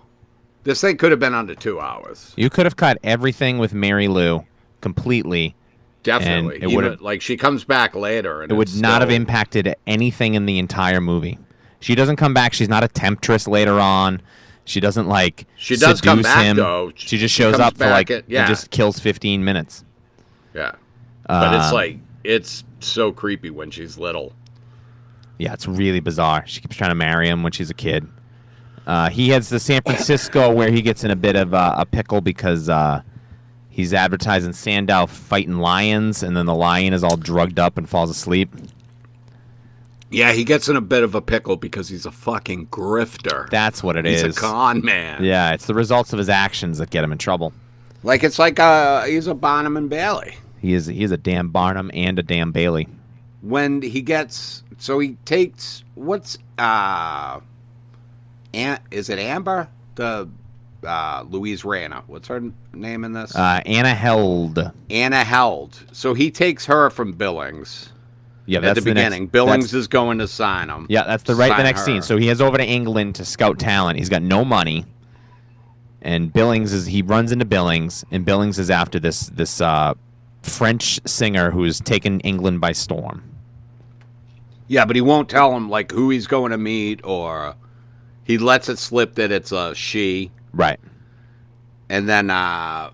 [SPEAKER 1] This thing could have been under two hours.
[SPEAKER 2] You could have cut everything with Mary Lou completely.
[SPEAKER 1] Definitely.
[SPEAKER 2] it
[SPEAKER 1] Even-
[SPEAKER 2] would've-
[SPEAKER 1] Like, she comes back later and
[SPEAKER 2] It would
[SPEAKER 1] it's
[SPEAKER 2] not have
[SPEAKER 1] still-
[SPEAKER 2] impacted anything in the entire movie. She doesn't come back. She's not a temptress later on. She doesn't like
[SPEAKER 1] She does come
[SPEAKER 2] seduce
[SPEAKER 1] back,
[SPEAKER 2] him.
[SPEAKER 1] though.
[SPEAKER 2] She just
[SPEAKER 1] She
[SPEAKER 2] shows
[SPEAKER 1] comes
[SPEAKER 2] up for
[SPEAKER 1] back
[SPEAKER 2] like
[SPEAKER 1] at-
[SPEAKER 2] and
[SPEAKER 1] yeah.
[SPEAKER 2] just kills 15 minutes.
[SPEAKER 1] Yeah. But it's
[SPEAKER 2] Um,
[SPEAKER 1] like, it's so creepy when she's little.
[SPEAKER 2] Yeah, it's really bizarre. She keeps trying to marry him when she's a kid. Uh, he heads to San Francisco where he gets in a bit of uh, a pickle because uh, he's advertising Sandow fighting lions, and then the lion is all drugged up and falls asleep.
[SPEAKER 1] Yeah, he gets in a bit of a pickle because he's a fucking grifter.
[SPEAKER 2] That's what it is.
[SPEAKER 1] he's a con man.
[SPEAKER 2] Yeah, it's the results of his actions that get him in trouble.
[SPEAKER 1] Like it's like uh he's a Bonham and Bailey.
[SPEAKER 2] He is he is a damn Barnum and a damn Bailey.
[SPEAKER 1] When he gets so he takes what's uh Am- is it Amber? The uh, Louise Rana. What's her name in this?
[SPEAKER 2] Uh, Anna Held.
[SPEAKER 1] Anna Held. So he takes her from Billings
[SPEAKER 2] Yeah,
[SPEAKER 1] at
[SPEAKER 2] that's
[SPEAKER 1] the
[SPEAKER 2] next-
[SPEAKER 1] beginning. Billings
[SPEAKER 2] that's-
[SPEAKER 1] is going to sign him.
[SPEAKER 2] yeah, that's the right the
[SPEAKER 1] sign
[SPEAKER 2] next
[SPEAKER 1] her.
[SPEAKER 2] scene. So he heads over to England to scout talent. He's got no money, and Billings is he runs into Billings, and Billings is after this this uh, French singer who's taken England by storm.
[SPEAKER 1] Yeah, but he won't tell him like who he's going to meet or he lets it slip that it's a she.
[SPEAKER 2] Right.
[SPEAKER 1] And then uh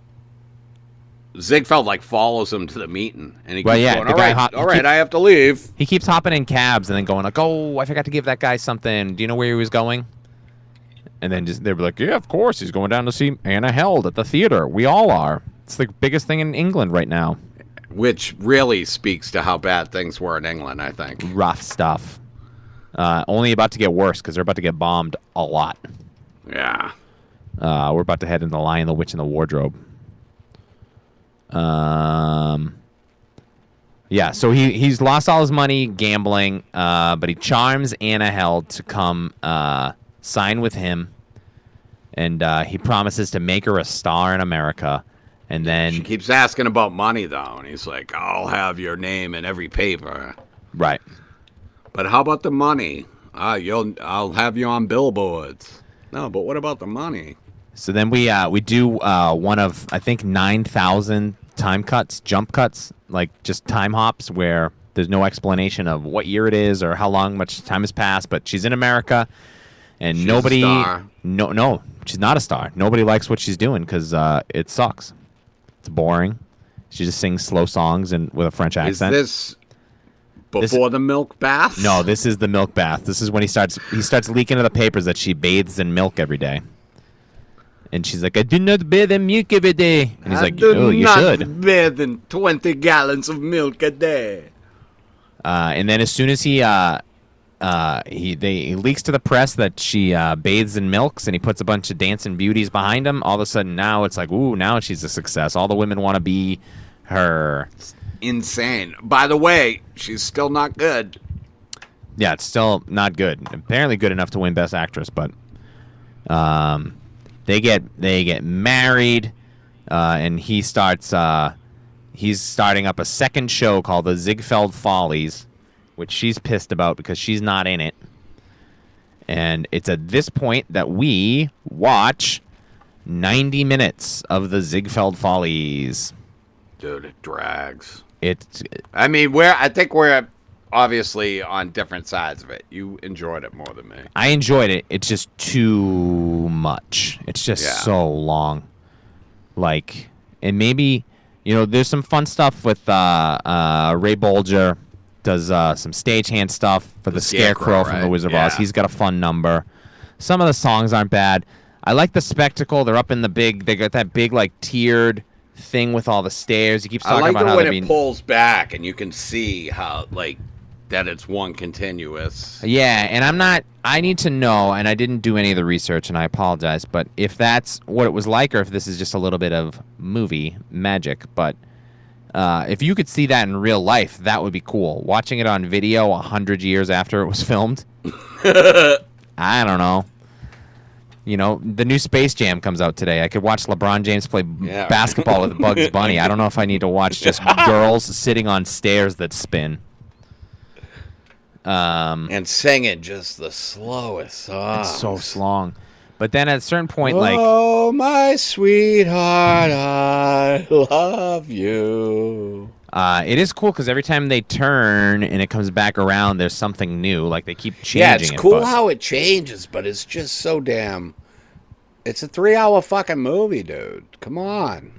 [SPEAKER 1] Ziegfeld like follows him to the meeting and he
[SPEAKER 2] Well,
[SPEAKER 1] keeps
[SPEAKER 2] yeah,
[SPEAKER 1] going,
[SPEAKER 2] the
[SPEAKER 1] All
[SPEAKER 2] guy
[SPEAKER 1] right,
[SPEAKER 2] hop-
[SPEAKER 1] all right, I have to leave.
[SPEAKER 2] He keeps hopping in cabs and then going like, "Oh, I forgot to give that guy something. Do you know where he was going?" And then just they're like, "Yeah, of course, he's going down to see Anna Held at the theater. We all are. It's the biggest thing in England right now.
[SPEAKER 1] Which really speaks to how bad things were in England, I think.
[SPEAKER 2] Rough stuff. Uh, only about to get worse because they're about to get bombed a lot.
[SPEAKER 1] Yeah.
[SPEAKER 2] Uh, we're about to head into Lion, the Witch, and the Wardrobe. Um, yeah, so he, he's lost all his money gambling, uh, but he charms Anna Held to come uh, sign with him. And uh, he promises to make her a star in America. And
[SPEAKER 1] She
[SPEAKER 2] then,
[SPEAKER 1] keeps asking about money though, and he's like, I'll have your name in every paper.
[SPEAKER 2] right.
[SPEAKER 1] But how about the money? Uh, you'll I'll have you on billboards. No, but what about the money?
[SPEAKER 2] So then we uh, we do uh, one of I think nine thousand time cuts, jump cuts, like just time hops where there's no explanation of what year it is or how long much time has passed. But she's in America, and
[SPEAKER 1] She's a
[SPEAKER 2] nobody
[SPEAKER 1] star.
[SPEAKER 2] no no she's not a star. Nobody likes what she's doing because uh, it sucks. It's boring. She just sings slow songs and with a French
[SPEAKER 1] Is
[SPEAKER 2] accent.
[SPEAKER 1] this before the milk bath?
[SPEAKER 2] no, Oh, this is the milk bath. This is when he starts he starts leaking to the papers that she bathes in milk every day. And she's like, I do not bathe in milk every day. And he's
[SPEAKER 1] I
[SPEAKER 2] like,
[SPEAKER 1] do
[SPEAKER 2] Oh, you
[SPEAKER 1] not
[SPEAKER 2] should.
[SPEAKER 1] bathe in twenty gallons of milk a day.
[SPEAKER 2] Uh, and then as soon as he uh, uh, he they he leaks to the press that she uh, bathes in milks, and he puts a bunch of dancing beauties behind him. All of a sudden, now it's like, ooh, now she's a success. All the women want to be her.
[SPEAKER 1] Insane. By the way, she's still not good.
[SPEAKER 2] yeah, it's still not good. Apparently, good enough to win Best Actress, but um, they get they get married, uh, and he starts uh, he's starting up a second show called the Ziegfeld Follies, which she's pissed about because she's not in it. And it's at this point that we watch 90 minutes of the Ziegfeld Follies.
[SPEAKER 1] Dude, it drags.
[SPEAKER 2] It's
[SPEAKER 1] I mean, we're I think we're obviously on different sides of it. You enjoyed it more than me.
[SPEAKER 2] I enjoyed it. It's just too much. It's just
[SPEAKER 1] Yeah.
[SPEAKER 2] so long. Like, and maybe you know, there's some fun stuff with uh, uh, Ray Bolger does uh, some stagehand stuff for the, Scarecrow,
[SPEAKER 1] Scarecrow,
[SPEAKER 2] from The
[SPEAKER 1] right?
[SPEAKER 2] Wizard of Oz.
[SPEAKER 1] Yeah.
[SPEAKER 2] He's got a fun number. Some of the songs aren't bad. I like the spectacle. They're up in the big. They got that big like tiered thing with all the stairs. He keeps
[SPEAKER 1] I
[SPEAKER 2] talking
[SPEAKER 1] like
[SPEAKER 2] about
[SPEAKER 1] the
[SPEAKER 2] how
[SPEAKER 1] when
[SPEAKER 2] they're
[SPEAKER 1] it
[SPEAKER 2] being
[SPEAKER 1] pulls back and you can see how like that it's one continuous.
[SPEAKER 2] Yeah, and I'm not. I need to know, and I didn't do any of the research, and I apologize. But if that's what it was like, or if this is just a little bit of movie magic, but uh, if you could see that in real life, that would be cool. Watching it on video a hundred years after it was filmed, I don't know. You know, the new Space Jam comes out today. I could watch LeBron James play b-
[SPEAKER 1] Yeah.
[SPEAKER 2] basketball with Bugs Bunny. I don't know if I need to watch just girls sitting on stairs that spin. Um,
[SPEAKER 1] And singing just the slowest song.
[SPEAKER 2] it's so long. But then at a certain point, like
[SPEAKER 1] Oh my sweetheart, I love you.
[SPEAKER 2] uh, it is cool because every time they turn and it comes back around, there's something new. Like they keep changing.
[SPEAKER 1] yeah, it's
[SPEAKER 2] it,
[SPEAKER 1] cool
[SPEAKER 2] but-
[SPEAKER 1] how it changes, but it's just so damn. It's a three-hour fucking movie, dude. Come on.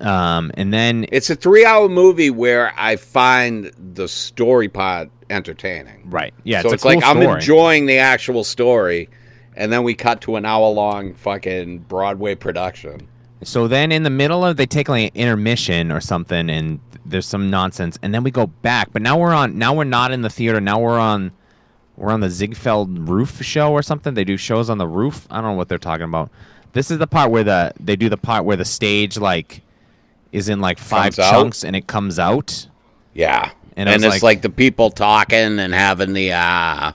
[SPEAKER 2] um, and then
[SPEAKER 1] It's a three-hour movie where I find the story part entertaining.
[SPEAKER 2] right, yeah,
[SPEAKER 1] so
[SPEAKER 2] it's, a
[SPEAKER 1] it's,
[SPEAKER 2] cool
[SPEAKER 1] like I'm
[SPEAKER 2] story.
[SPEAKER 1] enjoying the actual story, and then we cut to an hour-long fucking Broadway production.
[SPEAKER 2] So then in the middle of they take like an intermission or something, and there's some nonsense, and then we go back. But now we're on. Now we're not in the theater. Now we're on. We're on the Ziegfeld roof show or something. They do shows on the roof. I don't know what they're talking about. This is the part where the they do the part where the stage like is in like five
[SPEAKER 1] Comes out?
[SPEAKER 2] chunks and it comes out.
[SPEAKER 1] Yeah,
[SPEAKER 2] And
[SPEAKER 1] and,
[SPEAKER 2] I was
[SPEAKER 1] it's
[SPEAKER 2] like-
[SPEAKER 1] like, the people talking and having the uh,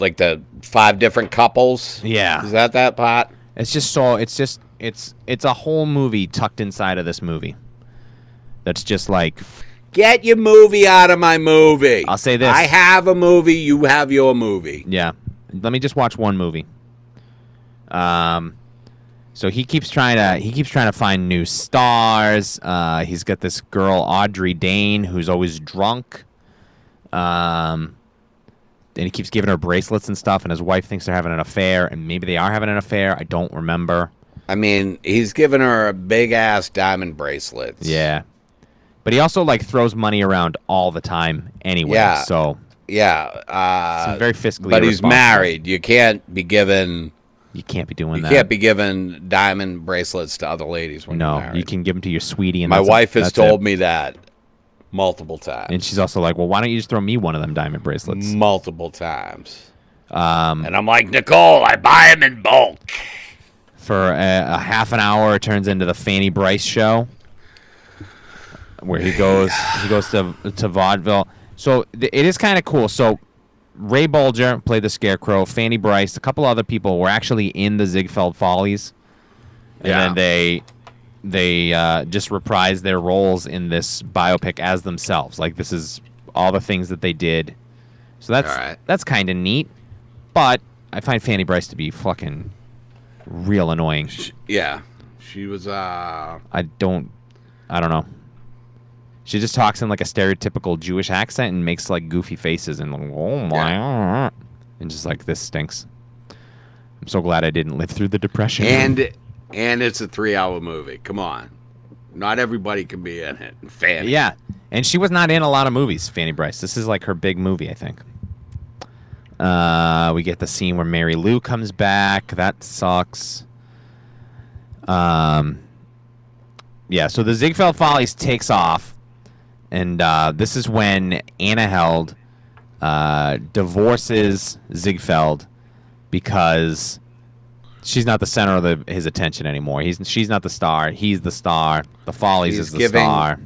[SPEAKER 1] like the five different couples.
[SPEAKER 2] Yeah.
[SPEAKER 1] is that that part?
[SPEAKER 2] It's just so it's just it's it's a whole movie tucked inside of this movie. That's just like
[SPEAKER 1] Get your movie out of my movie.
[SPEAKER 2] I'll say this.
[SPEAKER 1] I have a movie. You have your movie.
[SPEAKER 2] yeah. Let me just watch one movie. Um so he keeps trying to he keeps trying to find new stars. Uh he's got this girl Audrey Dane who's always drunk. Um and he keeps giving her bracelets and stuff and his wife thinks they're having an affair and maybe they are having an affair. I don't remember.
[SPEAKER 1] I mean, he's giving her a big ass diamond bracelets.
[SPEAKER 2] Yeah. But he also like throws money around all the time anyway.
[SPEAKER 1] Yeah.
[SPEAKER 2] So
[SPEAKER 1] yeah. Uh,
[SPEAKER 2] it's very fiscally
[SPEAKER 1] but he's
[SPEAKER 2] irresponsible.
[SPEAKER 1] married. You can't be given.
[SPEAKER 2] You can't be doing
[SPEAKER 1] You
[SPEAKER 2] that.
[SPEAKER 1] can't be given diamond bracelets to other ladies when you're
[SPEAKER 2] no,
[SPEAKER 1] married.
[SPEAKER 2] you can give them to your sweetie. And
[SPEAKER 1] My
[SPEAKER 2] that's it-
[SPEAKER 1] wife has
[SPEAKER 2] that's it.
[SPEAKER 1] told me that multiple times.
[SPEAKER 2] and she's also like, "Well, why don't you just throw me one of them diamond bracelets?"
[SPEAKER 1] multiple times.
[SPEAKER 2] Um,
[SPEAKER 1] And I'm like, Nicole, I buy them in bulk.
[SPEAKER 2] for a, a half an hour, it turns into the Fanny Bryce show, where he goes, he goes to to vaudeville. So th- it is kind of cool. So Ray Bulger played the Scarecrow. Fanny Bryce, a couple other people were actually in the Ziegfeld Follies, and
[SPEAKER 1] Yeah.
[SPEAKER 2] then they they uh, just reprised their roles in this biopic as themselves. Like this is all the things that they did. So that's
[SPEAKER 1] All right.
[SPEAKER 2] that's kind of neat. But I find Fanny Bryce to be fucking real annoying.
[SPEAKER 1] Yeah. She was, uh,
[SPEAKER 2] I don't I don't know. She just talks in like a stereotypical Jewish accent and makes like goofy faces and like, oh my and just like this stinks. I'm so glad I didn't live through the depression.
[SPEAKER 1] and and it's a three hour movie. Come on. Not everybody can be in it. Fan.
[SPEAKER 2] yeah. And she was not in a lot of movies, Fanny Bryce. This is like her big movie, I think. Uh, we get the scene where Mary Lou comes back. That sucks. Um, yeah, so the Ziegfeld Follies takes off, and uh, this is when Anna Held uh, divorces Ziegfeld because she's not the center of the, his attention anymore. He's she's not the star. He's the star. The Follies
[SPEAKER 1] He's
[SPEAKER 2] is the
[SPEAKER 1] giving-
[SPEAKER 2] star.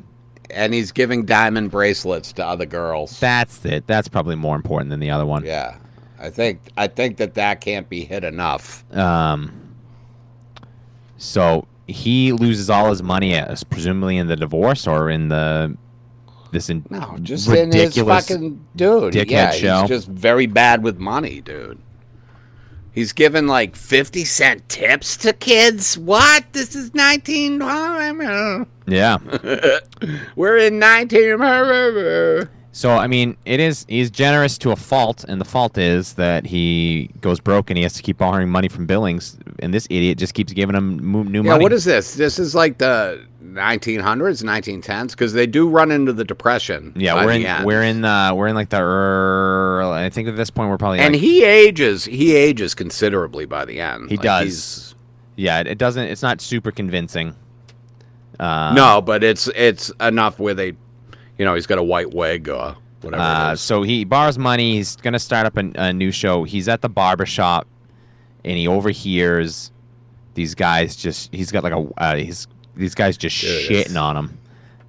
[SPEAKER 1] And he's giving diamond bracelets to other girls.
[SPEAKER 2] That's it. That's probably more important than the other one.
[SPEAKER 1] yeah. I think I think that that can't be hit enough.
[SPEAKER 2] Um, so he loses all his money, uh, presumably in the divorce or in the this in,
[SPEAKER 1] No, just
[SPEAKER 2] ridiculous.
[SPEAKER 1] in his fucking dude.
[SPEAKER 2] dickhead
[SPEAKER 1] yeah,
[SPEAKER 2] show.
[SPEAKER 1] he's just very bad with money, dude. He's giving like fifty cent tips to kids. What? This is nineteen.
[SPEAKER 2] yeah.
[SPEAKER 1] We're in nineteen.
[SPEAKER 2] So I mean, it is he's generous to a fault, and the fault is that he goes broke and he has to keep borrowing money from Billings, and this idiot just keeps giving him mo- new
[SPEAKER 1] Yeah,
[SPEAKER 2] money.
[SPEAKER 1] what is this? This is like the 1900s, 1910s, because they do run into the depression.
[SPEAKER 2] yeah,
[SPEAKER 1] by
[SPEAKER 2] we're
[SPEAKER 1] the
[SPEAKER 2] in
[SPEAKER 1] end.
[SPEAKER 2] we're in uh, we're in like the early, I think at this point we're probably
[SPEAKER 1] and
[SPEAKER 2] like-
[SPEAKER 1] he ages. He ages considerably by the end.
[SPEAKER 2] He
[SPEAKER 1] Like,
[SPEAKER 2] does.
[SPEAKER 1] he's-
[SPEAKER 2] yeah it, it doesn't it's not super convincing. Uh,
[SPEAKER 1] no, but it's it's enough where they, you know, he's got a white wig or whatever. it
[SPEAKER 2] Uh,
[SPEAKER 1] is.
[SPEAKER 2] so he borrows money. He's gonna start up a, a new show. He's at the barber shop, and he overhears these guys just. He's got like a. Uh, he's these guys just
[SPEAKER 1] There it is.
[SPEAKER 2] shitting on him.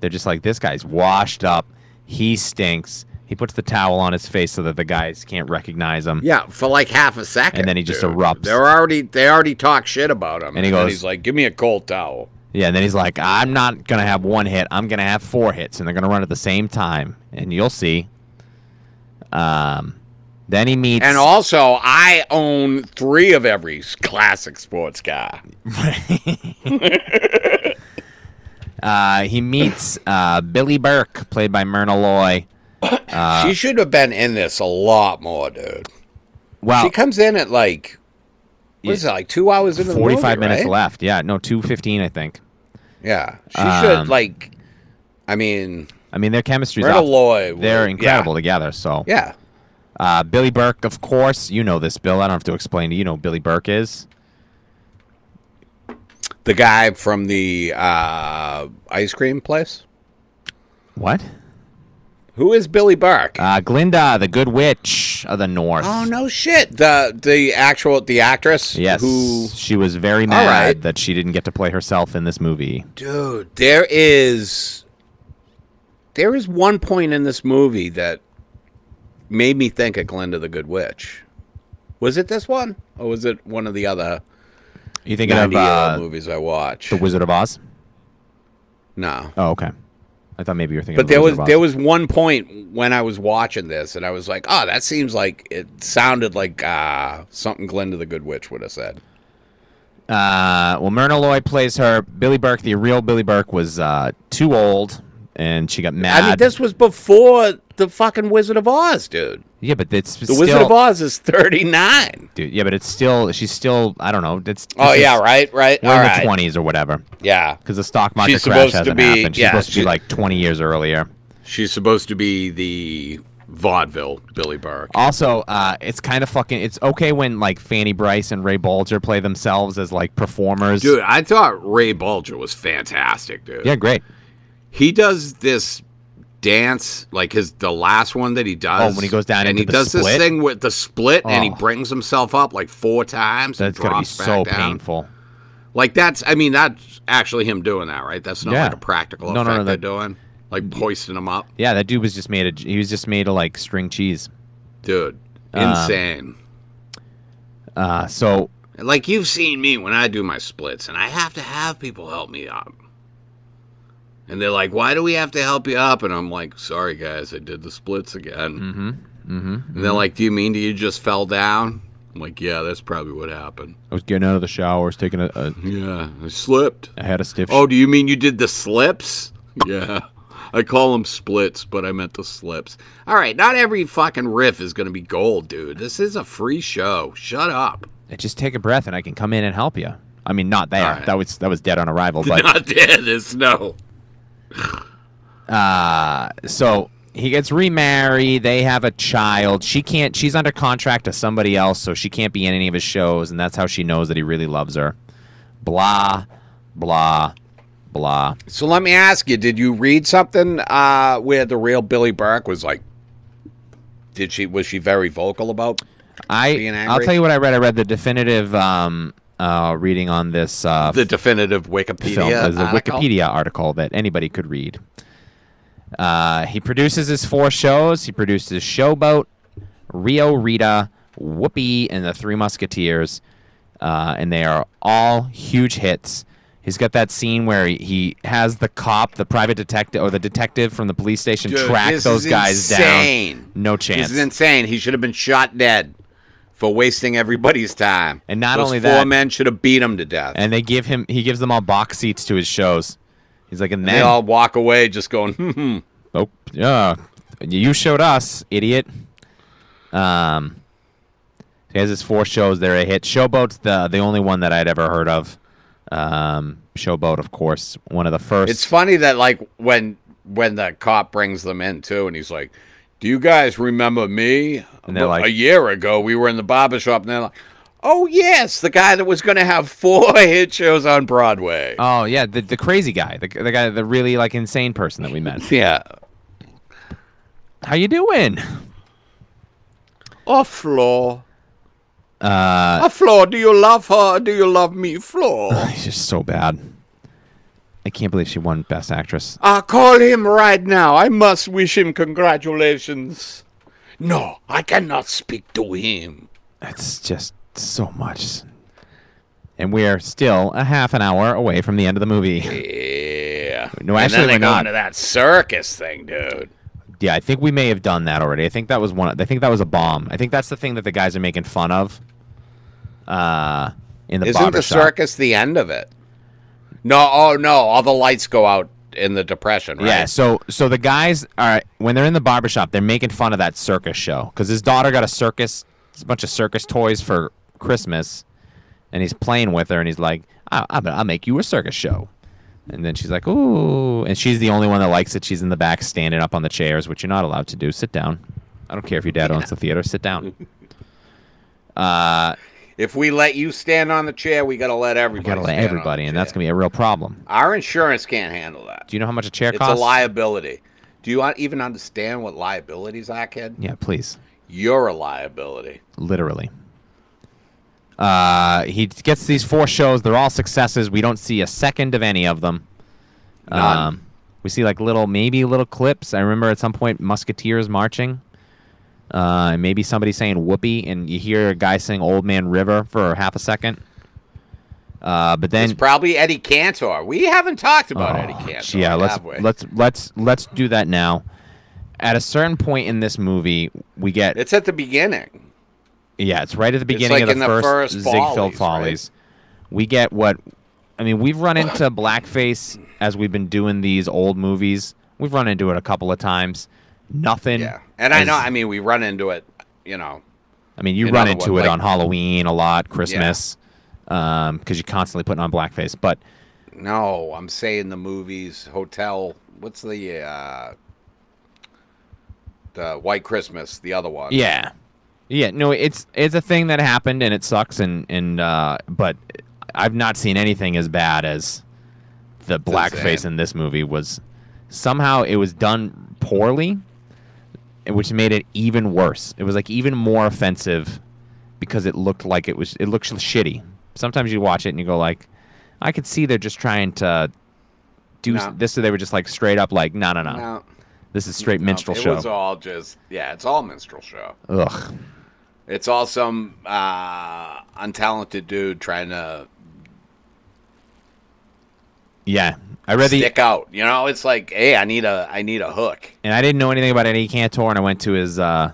[SPEAKER 2] They're just like this guy's washed up. He stinks. He puts the towel on his face so that the guys can't recognize him.
[SPEAKER 1] Yeah, for like half a second.
[SPEAKER 2] And then he just
[SPEAKER 1] dude.
[SPEAKER 2] erupts.
[SPEAKER 1] They're already they already talk shit about him.
[SPEAKER 2] And he
[SPEAKER 1] then
[SPEAKER 2] goes-
[SPEAKER 1] he's like, "Give me a cold towel."
[SPEAKER 2] Yeah, and then he's like, I'm not going to have one hit. I'm going to have four hits, and they're going to run at the same time. And you'll see. Um, then he meets.
[SPEAKER 1] And also, I own three of every classic sports car.
[SPEAKER 2] Uh, he meets uh, Billy Burke, played by Myrna Loy. Uh,
[SPEAKER 1] she should have been in this a lot more, dude.
[SPEAKER 2] Well,
[SPEAKER 1] She comes in at like, what is it, like two hours into the movie?
[SPEAKER 2] 45 minutes
[SPEAKER 1] right?
[SPEAKER 2] left. Yeah, no, 215, I think.
[SPEAKER 1] Yeah. She
[SPEAKER 2] Um,
[SPEAKER 1] should, like, I mean,
[SPEAKER 2] I mean, their chemistry's
[SPEAKER 1] Myrna
[SPEAKER 2] off.
[SPEAKER 1] Loy. was-
[SPEAKER 2] They're incredible together. So,
[SPEAKER 1] Yeah.
[SPEAKER 2] uh, Billy Burke, of course, you know this, Bill. I don't have to explain to you. You know who Billy Burke is.
[SPEAKER 1] yeah. The guy from the uh, ice cream place.
[SPEAKER 2] What?
[SPEAKER 1] Who is Billy Burke?
[SPEAKER 2] Uh, Glinda, the Good Witch of the North.
[SPEAKER 1] Oh no shit. The the actual the actress
[SPEAKER 2] Yes,
[SPEAKER 1] who
[SPEAKER 2] she was very mad
[SPEAKER 1] right.
[SPEAKER 2] that she didn't get to play herself in this movie.
[SPEAKER 1] dude, there is there is one point in this movie that made me think of Glinda the Good Witch. Was it this one? Or was it one of the other
[SPEAKER 2] You thinking of
[SPEAKER 1] 90 year old
[SPEAKER 2] uh,
[SPEAKER 1] movies I watch.
[SPEAKER 2] the Wizard of Oz?
[SPEAKER 1] no.
[SPEAKER 2] Oh, okay. I thought maybe you were thinking.
[SPEAKER 1] But
[SPEAKER 2] of the
[SPEAKER 1] there was
[SPEAKER 2] Wizard of
[SPEAKER 1] there
[SPEAKER 2] Oz.
[SPEAKER 1] was one point when I was watching this and I was like, oh, that seems like it sounded like uh, something Glinda the Good Witch would have said.
[SPEAKER 2] Uh, well, Myrna Loy plays her. Billy Burke, the real Billy Burke, was uh, too old, and she got mad.
[SPEAKER 1] I mean, this was before the fucking Wizard of Oz, dude.
[SPEAKER 2] yeah, but it's
[SPEAKER 1] The Wizard
[SPEAKER 2] still-
[SPEAKER 1] of Oz is 39.
[SPEAKER 2] dude. Yeah, but it's still. She's still. I don't know. It's.
[SPEAKER 1] Oh,
[SPEAKER 2] this
[SPEAKER 1] yeah,
[SPEAKER 2] is-
[SPEAKER 1] right, right.
[SPEAKER 2] We're
[SPEAKER 1] All
[SPEAKER 2] in
[SPEAKER 1] right.
[SPEAKER 2] the twenties or whatever,
[SPEAKER 1] Yeah.
[SPEAKER 2] because the stock market
[SPEAKER 1] She's
[SPEAKER 2] crash
[SPEAKER 1] supposed to
[SPEAKER 2] hasn't
[SPEAKER 1] be-
[SPEAKER 2] happened. She's
[SPEAKER 1] yeah,
[SPEAKER 2] supposed to
[SPEAKER 1] she-
[SPEAKER 2] be like twenty years earlier.
[SPEAKER 1] She's supposed to be the vaudeville Billy Burke.
[SPEAKER 2] Also, uh, it's kind of fucking. It's okay when like Fanny Bryce and Ray Bolger play themselves as like performers.
[SPEAKER 1] Dude, I thought Ray Bulger was fantastic, dude.
[SPEAKER 2] Yeah, great.
[SPEAKER 1] He does this dance, like his the last one that he does.
[SPEAKER 2] Oh, when he goes down
[SPEAKER 1] and
[SPEAKER 2] into
[SPEAKER 1] he
[SPEAKER 2] the
[SPEAKER 1] does this
[SPEAKER 2] split?
[SPEAKER 1] thing with the split, and he
[SPEAKER 2] Oh.
[SPEAKER 1] brings himself up like four times.
[SPEAKER 2] That's
[SPEAKER 1] and
[SPEAKER 2] gonna be
[SPEAKER 1] drops
[SPEAKER 2] so
[SPEAKER 1] back down.
[SPEAKER 2] painful.
[SPEAKER 1] Like that's, I mean, that's actually him doing that, right? That's not
[SPEAKER 2] Yeah.
[SPEAKER 1] like a practical
[SPEAKER 2] No, no,
[SPEAKER 1] effect
[SPEAKER 2] no,
[SPEAKER 1] they're
[SPEAKER 2] that-
[SPEAKER 1] doing, like hoisting him up,
[SPEAKER 2] Yeah, that dude was just made. Of, he was just made of like string cheese.
[SPEAKER 1] dude.
[SPEAKER 2] Um,
[SPEAKER 1] Insane.
[SPEAKER 2] Uh, so
[SPEAKER 1] Like you've seen me when I do my splits, and I have to have people help me up. And they're like, "Why do we have to help you up?" And I'm like, "Sorry guys, I did the splits again." Mm-hmm. Mm-hmm. And they're like, "Do you mean do you just fell down?" I'm like, "Yeah, that's probably what happened.
[SPEAKER 2] I was getting out of the shower. I was taking a. a
[SPEAKER 1] Yeah, I slipped."
[SPEAKER 2] I had a stiff.
[SPEAKER 1] Mm-hmm. Oh, do you mean you did the slips? Yeah. I call them splits, but I meant the slips. All right, not every fucking riff is going to be gold, dude. This is a free show. Shut up.
[SPEAKER 2] sh- just take a breath, and I can come in and help you. I mean, not there.
[SPEAKER 1] Alright.
[SPEAKER 2] That was that was dead on arrival. But
[SPEAKER 1] not there, there's no.
[SPEAKER 2] uh, so he gets remarried. They have a child. She can't. She's under contract to somebody else, so she can't be in any of his shows, and that's how she knows that he really loves her. Blah, blah, blah.
[SPEAKER 1] So let me ask you: Did you read something uh, where the real Billy Burke was like? Did she was she very vocal about?
[SPEAKER 2] I
[SPEAKER 1] Being
[SPEAKER 2] I'll
[SPEAKER 1] angry?
[SPEAKER 2] tell you what I read. I read the definitive um, uh, reading on this uh,
[SPEAKER 1] The definitive Wikipedia.
[SPEAKER 2] film. There's a
[SPEAKER 1] article?
[SPEAKER 2] Wikipedia article that anybody could read. Uh, he produces his four shows. He produces Showboat, Rio Rita, Whoopi, and the Three Musketeers, uh, and they are all huge hits. He's got that scene where he, he has the cop, the private detective, or the detective from the police station
[SPEAKER 1] Dude,
[SPEAKER 2] track
[SPEAKER 1] this
[SPEAKER 2] those
[SPEAKER 1] is
[SPEAKER 2] guys
[SPEAKER 1] insane.
[SPEAKER 2] down. No
[SPEAKER 1] This
[SPEAKER 2] chance.
[SPEAKER 1] is insane. He should have been shot dead for wasting everybody's time.
[SPEAKER 2] And not
[SPEAKER 1] Those
[SPEAKER 2] only
[SPEAKER 1] four
[SPEAKER 2] that-
[SPEAKER 1] men should have beat him to death.
[SPEAKER 2] and they give him. He gives them all box seats to his shows. He's like, and
[SPEAKER 1] they
[SPEAKER 2] then
[SPEAKER 1] all walk away just going, hmm, hmm.
[SPEAKER 2] Oh yeah, you showed us, idiot. Um, he has his four shows. They're a hit. Showboat's the the only one that I'd ever heard of. Um, Showboat, of course, one of the first.
[SPEAKER 1] It's funny that like when when the cop brings them in too, and he's like, "Do you guys remember me?"
[SPEAKER 2] And they're like-
[SPEAKER 1] "A year ago, we were in the barber shop," and they're like, "Oh yes, the guy that was going to have four hit shows on Broadway."
[SPEAKER 2] oh yeah, the the crazy guy, the, the guy, the really like insane person that we met.
[SPEAKER 1] yeah.
[SPEAKER 2] How you doing?
[SPEAKER 1] Oh, Floor. Uh, oh, Floor, do you love her? Do you love me, Floor?
[SPEAKER 2] He's just so bad. I can't believe she won Best Actress.
[SPEAKER 1] I call him right now. I must wish him congratulations. No, I cannot speak to him.
[SPEAKER 2] That's just so much. And we are still a half an hour away from the end of the movie.
[SPEAKER 1] Yeah.
[SPEAKER 2] No,
[SPEAKER 1] and
[SPEAKER 2] actually,
[SPEAKER 1] then they
[SPEAKER 2] we're
[SPEAKER 1] go
[SPEAKER 2] not.
[SPEAKER 1] into that circus thing, dude.
[SPEAKER 2] Yeah, I think we may have done that already. I think that was one. I think that was a bomb. I think that's the thing that the guys are making fun of. Uh, in the
[SPEAKER 1] Isn't the
[SPEAKER 2] barbershop.
[SPEAKER 1] circus the end of it? No, oh no, all the lights go out in the depression, right?
[SPEAKER 2] Yeah. So so the guys are when they're in the barbershop, they're making fun of that circus show because his daughter got a circus, a bunch of circus toys for Christmas, and he's playing with her, and he's like, I, I, "I'll make you a circus show," and then she's like, "Ooh," and she's the only one that likes it. She's in the back, standing up on the chairs, which you're not allowed to do. Sit down. I don't care if your dad owns the theater. Sit down.
[SPEAKER 1] If we let you stand on the chair, we gotta let
[SPEAKER 2] We
[SPEAKER 1] everybody.
[SPEAKER 2] gotta let
[SPEAKER 1] stand on
[SPEAKER 2] everybody,
[SPEAKER 1] the
[SPEAKER 2] and
[SPEAKER 1] chair.
[SPEAKER 2] that's gonna be a real problem.
[SPEAKER 1] Our insurance can't handle that.
[SPEAKER 2] Do you know how much a chair
[SPEAKER 1] It's
[SPEAKER 2] costs?
[SPEAKER 1] a liability. Do you not even understand what liabilities are, kid?
[SPEAKER 2] Yeah, please,
[SPEAKER 1] You're a liability.
[SPEAKER 2] literally. Uh, he gets these four shows. They're all successes. We don't see a second of any of them. Um,
[SPEAKER 1] None.
[SPEAKER 2] we see like little, maybe little clips. I remember at some point Musketeers marching, uh, and maybe somebody saying "Whoopee," and you hear a guy saying "Old Man River" for half a second. Uh, but then
[SPEAKER 1] It's probably Eddie Cantor. We haven't talked about
[SPEAKER 2] Oh,
[SPEAKER 1] Eddie Cantor.
[SPEAKER 2] Yeah, let's
[SPEAKER 1] have we?
[SPEAKER 2] let's let's let's do that now. At a certain point in this movie, we get
[SPEAKER 1] It's at the beginning.
[SPEAKER 2] yeah, it's right at the beginning
[SPEAKER 1] like
[SPEAKER 2] of the,
[SPEAKER 1] in the first
[SPEAKER 2] first, Ziegfeld
[SPEAKER 1] Follies, right?
[SPEAKER 2] Follies. We get what I mean. We've run into blackface as we've been doing these old movies. We've run into it a couple of times. Nothing.
[SPEAKER 1] Yeah, and I
[SPEAKER 2] as-
[SPEAKER 1] know. I mean, we run into it. You know,
[SPEAKER 2] I mean, you
[SPEAKER 1] In
[SPEAKER 2] run
[SPEAKER 1] other
[SPEAKER 2] into
[SPEAKER 1] words,
[SPEAKER 2] it
[SPEAKER 1] like-
[SPEAKER 2] on Halloween a lot, Christmas, because you're constantly putting on blackface. But
[SPEAKER 1] no, I'm saying the movies, hotel. What's the uh, the White Christmas? The other one.
[SPEAKER 2] Yeah, yeah. No, it's it's a thing that happened, and it sucks. And and uh, but I've not seen anything as bad as the blackface
[SPEAKER 1] insane.
[SPEAKER 2] in this movie was. Somehow it was done poorly, which made it even worse. It was like even more offensive because it looked like it was. It looked shitty. Sometimes you watch it and you go like, I could see they're just trying to. Do
[SPEAKER 1] No.
[SPEAKER 2] this, so they were just like straight up, like, no, no, no.
[SPEAKER 1] No,
[SPEAKER 2] This is straight minstrel
[SPEAKER 1] it
[SPEAKER 2] show.
[SPEAKER 1] was all just yeah. It's all minstrel show.
[SPEAKER 2] Ugh.
[SPEAKER 1] It's all some uh, untalented dude trying to
[SPEAKER 2] Yeah, I read the
[SPEAKER 1] stick out. You know, it's like, hey, I need a, I need a hook.
[SPEAKER 2] and I didn't know anything about Eddie Cantor, and I went to his uh,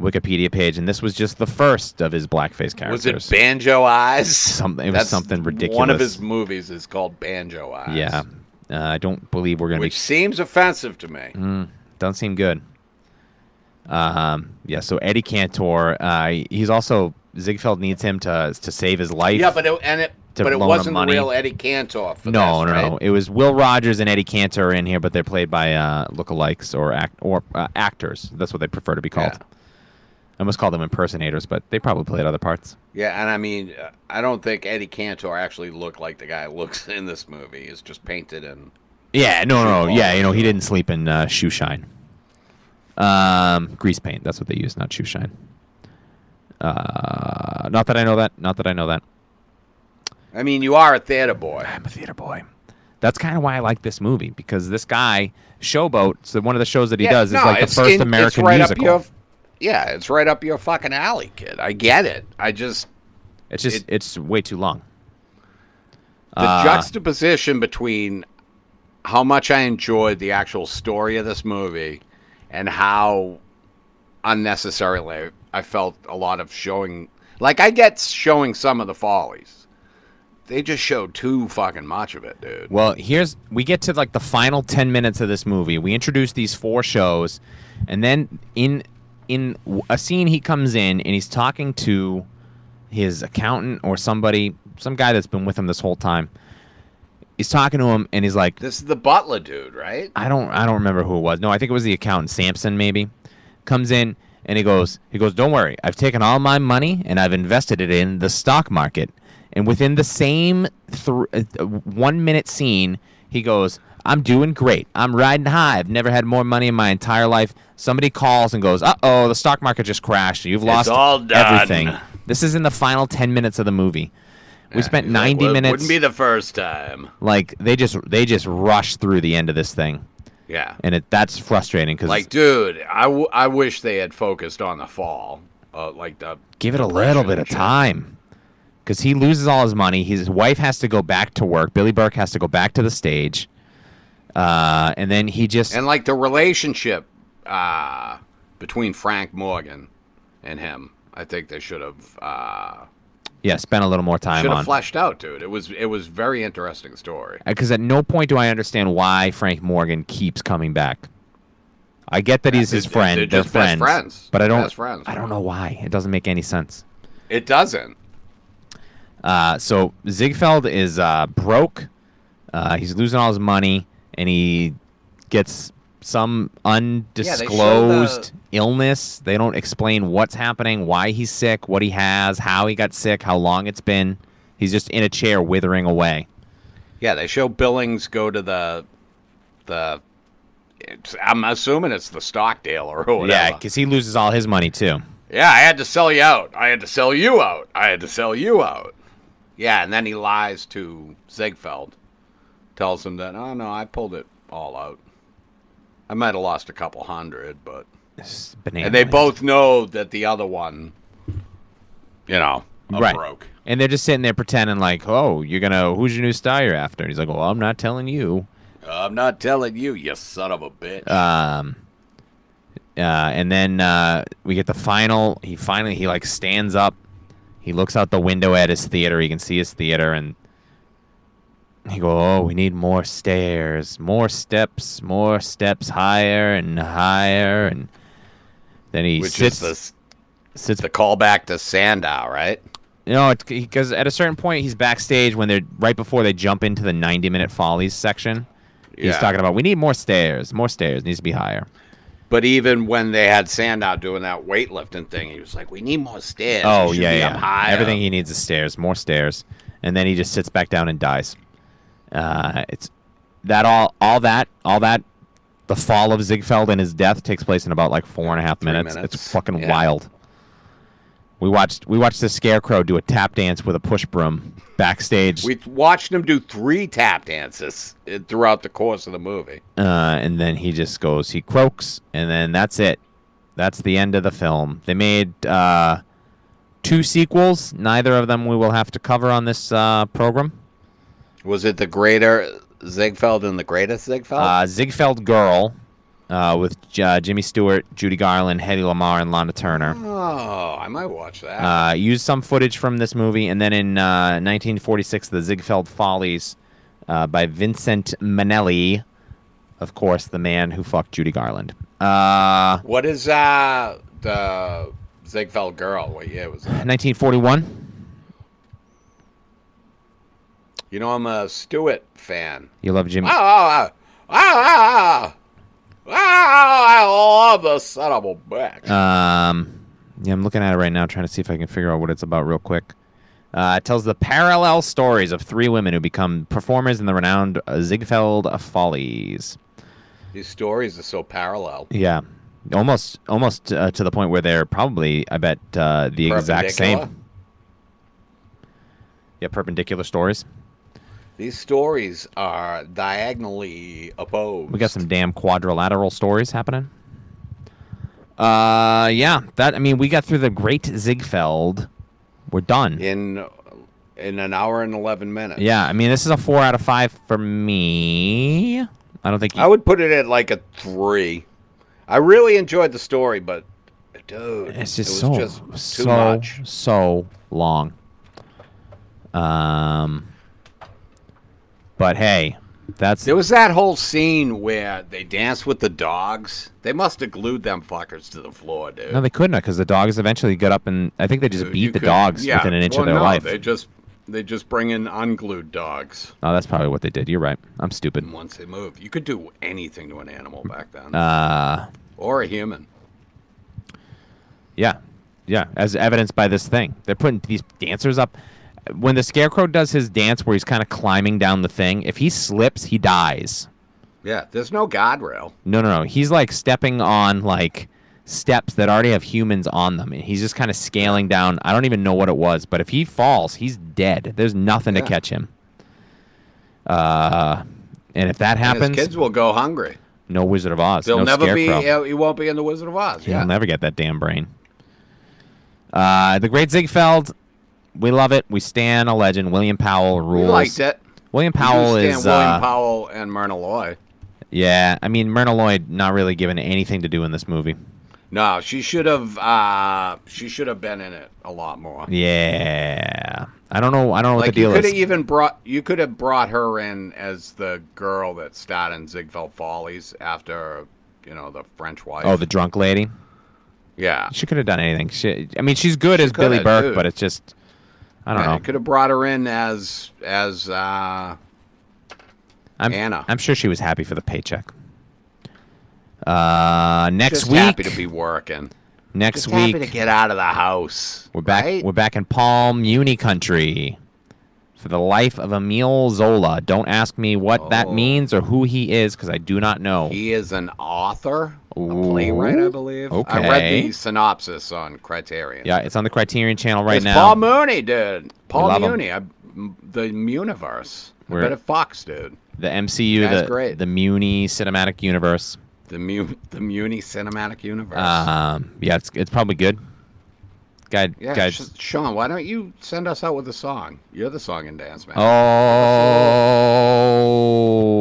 [SPEAKER 2] Wikipedia page, and this was just the first of his blackface
[SPEAKER 1] Was
[SPEAKER 2] characters.
[SPEAKER 1] it Banjo Eyes?
[SPEAKER 2] Something- it was something
[SPEAKER 1] One of
[SPEAKER 2] ridiculous.
[SPEAKER 1] his movies is called Banjo Eyes.
[SPEAKER 2] yeah, uh, I don't believe we're gonna
[SPEAKER 1] Which seems offensive to me.
[SPEAKER 2] be. Mm, doesn't seem good. Um, yeah, so Eddie Cantor, uh, he's also Ziegfeld needs him to to save his life.
[SPEAKER 1] Yeah, but it and it
[SPEAKER 2] To
[SPEAKER 1] but it
[SPEAKER 2] loan him
[SPEAKER 1] wasn't the
[SPEAKER 2] money.
[SPEAKER 1] real Eddie Cantor for
[SPEAKER 2] no,
[SPEAKER 1] this,
[SPEAKER 2] no, no.
[SPEAKER 1] right?
[SPEAKER 2] It was Will Rogers and Eddie Cantor are in here, but they're played by uh, lookalikes or act or uh, actors. That's what they prefer to be called.
[SPEAKER 1] Yeah.
[SPEAKER 2] I must call them impersonators, but they probably played other parts.
[SPEAKER 1] Yeah, and I mean, uh, I don't think Eddie Cantor actually looked like the guy looks in this movie. He's just painted in.
[SPEAKER 2] Yeah, no, no,
[SPEAKER 1] Shoe
[SPEAKER 2] yeah,
[SPEAKER 1] polish,
[SPEAKER 2] you know, he
[SPEAKER 1] yeah.
[SPEAKER 2] didn't sleep in uh, shoe shine. Um, grease paint. That's what they use, not shoe shine. Uh, not that I know that. Not that I know that.
[SPEAKER 1] I mean, you are a theater boy.
[SPEAKER 2] I'm a theater boy. That's kind of why I like this movie because this guy, Showboat, so one of the shows that he
[SPEAKER 1] Yeah,
[SPEAKER 2] does
[SPEAKER 1] no,
[SPEAKER 2] is like the
[SPEAKER 1] it's
[SPEAKER 2] first
[SPEAKER 1] in- it's
[SPEAKER 2] American
[SPEAKER 1] right up
[SPEAKER 2] musical.
[SPEAKER 1] your- yeah, it's right up your fucking alley, kid. I get it. I just
[SPEAKER 2] it's just
[SPEAKER 1] it-
[SPEAKER 2] it's way too long.
[SPEAKER 1] the
[SPEAKER 2] Uh,
[SPEAKER 1] juxtaposition between how much I enjoyed the actual story of this movie and how unnecessarily I felt a lot of showing. Like, I get showing some of the follies. They just showed too fucking much of it, dude.
[SPEAKER 2] Well, here's we get to like the final 10 minutes of this movie. We introduce these four shows and then in in w- a scene he comes in and he's talking to his accountant or somebody, some guy that's been with him this whole time. He's talking to him and he's like,
[SPEAKER 1] This is the butler dude, right?
[SPEAKER 2] I don't I don't remember who it was. No, I think it was the accountant, Sampson maybe. Comes in and he goes he goes, Don't worry, I've taken all my money and I've invested it in the stock market. And within the same thr uh, one minute scene, he goes, I'm doing great. I'm riding high. I've never had more money in my entire life. Somebody calls and goes, Uh oh, the stock market just crashed. You've lost
[SPEAKER 1] all done."
[SPEAKER 2] everything. This is in the final ten minutes of the movie. We spent
[SPEAKER 1] He's like,
[SPEAKER 2] ninety
[SPEAKER 1] "Well, it
[SPEAKER 2] minutes
[SPEAKER 1] Wouldn't be the first time.
[SPEAKER 2] like they just they just rushed through the end of this thing
[SPEAKER 1] Yeah.
[SPEAKER 2] and it that's frustrating because
[SPEAKER 1] Like, dude, I, w- I wish they had focused on the fall. Uh, like, the.
[SPEAKER 2] give it a little
[SPEAKER 1] depression
[SPEAKER 2] bit
[SPEAKER 1] and
[SPEAKER 2] of
[SPEAKER 1] shit.
[SPEAKER 2] time because he loses all his money. His wife has to go back to work. Billy Burke has to go back to the stage, uh, and then he just
[SPEAKER 1] and like the relationship uh, between Frank Morgan and him, I think they should have uh,
[SPEAKER 2] yeah spent a little more time
[SPEAKER 1] should have
[SPEAKER 2] on
[SPEAKER 1] fleshed out, dude. It was it was very interesting story.
[SPEAKER 2] because at no point do I understand why Frank Morgan keeps coming back. I get that he's
[SPEAKER 1] They're-
[SPEAKER 2] his friend.
[SPEAKER 1] they're
[SPEAKER 2] They're,
[SPEAKER 1] just best
[SPEAKER 2] friends,
[SPEAKER 1] friends.
[SPEAKER 2] but I don't.
[SPEAKER 1] Best friends,
[SPEAKER 2] I don't
[SPEAKER 1] bro.
[SPEAKER 2] know why. It doesn't make any sense.
[SPEAKER 1] It doesn't.
[SPEAKER 2] Uh, so Ziegfeld is uh, broke. Uh, he's losing all his money, and he gets some undisclosed illness. They don't explain what's happening, why he's sick, what he has, how he got sick, how long it's been. He's just in a chair withering away.
[SPEAKER 1] Yeah, they show Billings go to the the. It's, I'm assuming it's the Stockdale or whatever.
[SPEAKER 2] Yeah, because he loses all his money too.
[SPEAKER 1] Yeah, I had to sell you out. I had to sell you out. I had to sell you out. Yeah, and then he lies to Ziegfeld. Tells him that, oh no, I pulled it all out. I might have lost a couple hundred, but.
[SPEAKER 2] It's banana
[SPEAKER 1] And they
[SPEAKER 2] land.
[SPEAKER 1] both know that the other one, you know,
[SPEAKER 4] I'm
[SPEAKER 2] right.
[SPEAKER 4] broke.
[SPEAKER 2] And they're just sitting there pretending like, oh, you're gonna who's your new star you're after? And he's like, well, I'm not telling you.
[SPEAKER 4] I'm not telling you, you son of a bitch.
[SPEAKER 2] Um, uh, and then uh, we get the final. He finally he like stands up. He looks out the window at his theater. He can see his theater, and he go, "Oh, we need more stairs, more steps, more steps higher and higher." And then he
[SPEAKER 1] Which
[SPEAKER 2] sits.
[SPEAKER 1] is the s-
[SPEAKER 2] sits
[SPEAKER 1] the callback to Sandow, right?
[SPEAKER 2] No, because at a certain point he's backstage when they're right before they jump into the 90 minute follies section. He's
[SPEAKER 1] Yeah.
[SPEAKER 2] talking about we need more stairs, more stairs needs to be higher.
[SPEAKER 1] But even when they had Sandow doing that weightlifting thing, he was like, "We need more stairs. We
[SPEAKER 2] oh
[SPEAKER 1] should
[SPEAKER 2] yeah,
[SPEAKER 1] be
[SPEAKER 2] yeah.
[SPEAKER 1] up high
[SPEAKER 2] Everything
[SPEAKER 1] up."
[SPEAKER 2] he needs is stairs, more stairs, and then he just sits back down and dies. Uh, it's that all, all that, all that. The fall of Ziegfeld and his death takes place in about like four and a half
[SPEAKER 1] Three
[SPEAKER 2] minutes. It's
[SPEAKER 1] minutes.
[SPEAKER 2] fucking
[SPEAKER 1] Yeah.
[SPEAKER 2] wild. We watched we watched the scarecrow do a tap dance with a push broom backstage.
[SPEAKER 1] We watched him do three tap dances uh, throughout the course of the movie.
[SPEAKER 2] uh, and then he just goes he croaks and then that's it that's the end of the film they made uh, two sequels neither of them we will have to cover on this uh, program
[SPEAKER 1] Was it the greater Ziegfeld and the greatest Ziegfeld?
[SPEAKER 2] uh, ziegfeld girl uh, with uh, jimmy stewart judy garland hedy lamar and lana turner
[SPEAKER 1] oh, I might watch that.
[SPEAKER 2] uh, used some footage from this movie, and then in uh, 1946, the Ziegfeld Follies uh, by Vincent Minnelli, of course, the man who fucked Judy Garland. Uh,
[SPEAKER 1] what is uh the Ziegfeld girl? What year was that?
[SPEAKER 2] 1941.
[SPEAKER 1] You know, I'm a Stewart fan.
[SPEAKER 2] You love Jimmy.
[SPEAKER 1] Oh, oh, oh, oh, oh, oh, oh, I love the son of a bitch.
[SPEAKER 2] Um, yeah, I'm looking at it right now, trying to see if I can figure out what it's about real quick. Uh, it tells the parallel stories of three women who become performers in the renowned uh, Ziegfeld Follies.
[SPEAKER 1] These stories are so parallel.
[SPEAKER 2] Yeah, almost, almost uh, to the point where they're probably, I bet, uh, the exact
[SPEAKER 1] Perpendicular.
[SPEAKER 2] same. Yeah, perpendicular stories.
[SPEAKER 1] These stories are diagonally opposed.
[SPEAKER 2] We got some damn quadrilateral stories happening. Uh, yeah, that. I mean, we got through the Great Ziegfeld. We're done.
[SPEAKER 1] in in an hour and eleven minutes.
[SPEAKER 2] Yeah, I mean, this is a four out of five for me. I don't think. You,
[SPEAKER 1] I would put it at like a three. I really enjoyed the story, but dude,
[SPEAKER 2] it's just
[SPEAKER 1] it
[SPEAKER 2] so
[SPEAKER 1] was just too
[SPEAKER 2] so
[SPEAKER 1] much.
[SPEAKER 2] so long. Um, but hey, that's
[SPEAKER 1] There was that whole scene where they danced with the dogs. They must have glued them fuckers to the floor, dude.
[SPEAKER 2] no, they couldn't because the dogs eventually get up and I think they just
[SPEAKER 1] Dude, Uh, you
[SPEAKER 2] beat the
[SPEAKER 1] could-
[SPEAKER 2] dogs
[SPEAKER 1] yeah,
[SPEAKER 2] within an inch
[SPEAKER 1] well,
[SPEAKER 2] of their
[SPEAKER 1] no,
[SPEAKER 2] life.
[SPEAKER 1] They just they just bring in unglued dogs
[SPEAKER 2] Oh, that's probably what they did. You're right. I'm stupid.
[SPEAKER 1] once they move. You could do anything to an animal back then,
[SPEAKER 2] Uh,
[SPEAKER 1] or a human.
[SPEAKER 2] Yeah, yeah. As evidenced by this thing, they're putting these dancers up. When the scarecrow does his dance, where he's kind of climbing down the thing, if he slips, he dies.
[SPEAKER 1] Yeah, there's no guardrail.
[SPEAKER 2] No, no, no. He's like stepping on like steps that already have humans on them, and he's just kind of scaling down. I don't even know what it was, but if he falls, he's dead. There's nothing
[SPEAKER 1] Yeah.
[SPEAKER 2] to catch him. Uh, and if that
[SPEAKER 1] And
[SPEAKER 2] happens,
[SPEAKER 1] His kids will go hungry.
[SPEAKER 2] no Wizard of Oz.
[SPEAKER 1] They'll
[SPEAKER 2] no
[SPEAKER 1] never
[SPEAKER 2] scarecrow.
[SPEAKER 1] be. Uh, he won't be in the Wizard of Oz.
[SPEAKER 2] He'll
[SPEAKER 1] Yeah.
[SPEAKER 2] never get that damn brain. Uh, the Great Ziegfeld, we love it. We stand a legend. William Powell
[SPEAKER 1] we
[SPEAKER 2] rules.
[SPEAKER 1] liked it.
[SPEAKER 2] William
[SPEAKER 1] We do
[SPEAKER 2] Powell
[SPEAKER 1] stand
[SPEAKER 2] is,
[SPEAKER 1] William
[SPEAKER 2] uh,
[SPEAKER 1] Powell and Myrna Loy.
[SPEAKER 2] yeah. I mean, Myrna Lloyd not really given anything to do in this movie.
[SPEAKER 1] No, she should have. Uh, she should have been in it a lot more.
[SPEAKER 2] Yeah, I don't know. I don't know what
[SPEAKER 1] Like
[SPEAKER 2] the
[SPEAKER 1] you
[SPEAKER 2] deal
[SPEAKER 1] could have
[SPEAKER 2] is.
[SPEAKER 1] even brought you could have brought her in as the girl that starred in Ziegfeld Follies after you know the French wife.
[SPEAKER 2] Oh, the drunk lady.
[SPEAKER 1] yeah,
[SPEAKER 2] She could have done anything. She, I mean, she's good as Billy
[SPEAKER 1] coulda,
[SPEAKER 2] Burke,
[SPEAKER 1] dude.
[SPEAKER 2] but it's just, I don't
[SPEAKER 1] yeah,
[SPEAKER 2] know.
[SPEAKER 1] could have brought her in as as uh,
[SPEAKER 2] I'm,
[SPEAKER 1] Anna.
[SPEAKER 2] I'm sure she was happy for the paycheck. Uh, next
[SPEAKER 1] just
[SPEAKER 2] week.
[SPEAKER 1] happy to be working.
[SPEAKER 2] next
[SPEAKER 1] Just
[SPEAKER 2] week.
[SPEAKER 1] happy to get out of the house.
[SPEAKER 2] We're back.
[SPEAKER 1] right?
[SPEAKER 2] We're back in Palm Muni country for the life of Emile Zola. Don't ask me what that
[SPEAKER 1] Oh.
[SPEAKER 2] means or who he is because I do not know.
[SPEAKER 1] He is an author,
[SPEAKER 2] Ooh.
[SPEAKER 1] a playwright, I believe. I read
[SPEAKER 2] Okay.
[SPEAKER 1] the synopsis on Criterion.
[SPEAKER 2] yeah, it's on the Criterion Channel right
[SPEAKER 1] it's
[SPEAKER 2] now.
[SPEAKER 1] Paul Mooney, dude. Paul
[SPEAKER 2] love him.
[SPEAKER 1] Mooney, I, m- the Muniverse.
[SPEAKER 2] We're-
[SPEAKER 1] I bet it Fox, dude.
[SPEAKER 2] the MCU,
[SPEAKER 1] That's
[SPEAKER 2] the
[SPEAKER 1] great.
[SPEAKER 2] the Muni cinematic universe.
[SPEAKER 1] The Mu- the Muni Cinematic Universe.
[SPEAKER 2] Uh-huh. Um, yeah, it's it's probably good. God,
[SPEAKER 1] Yeah,
[SPEAKER 2] God.
[SPEAKER 1] Sh- Sean, why don't you send us out with a song? You're the song and dance man.
[SPEAKER 2] oh,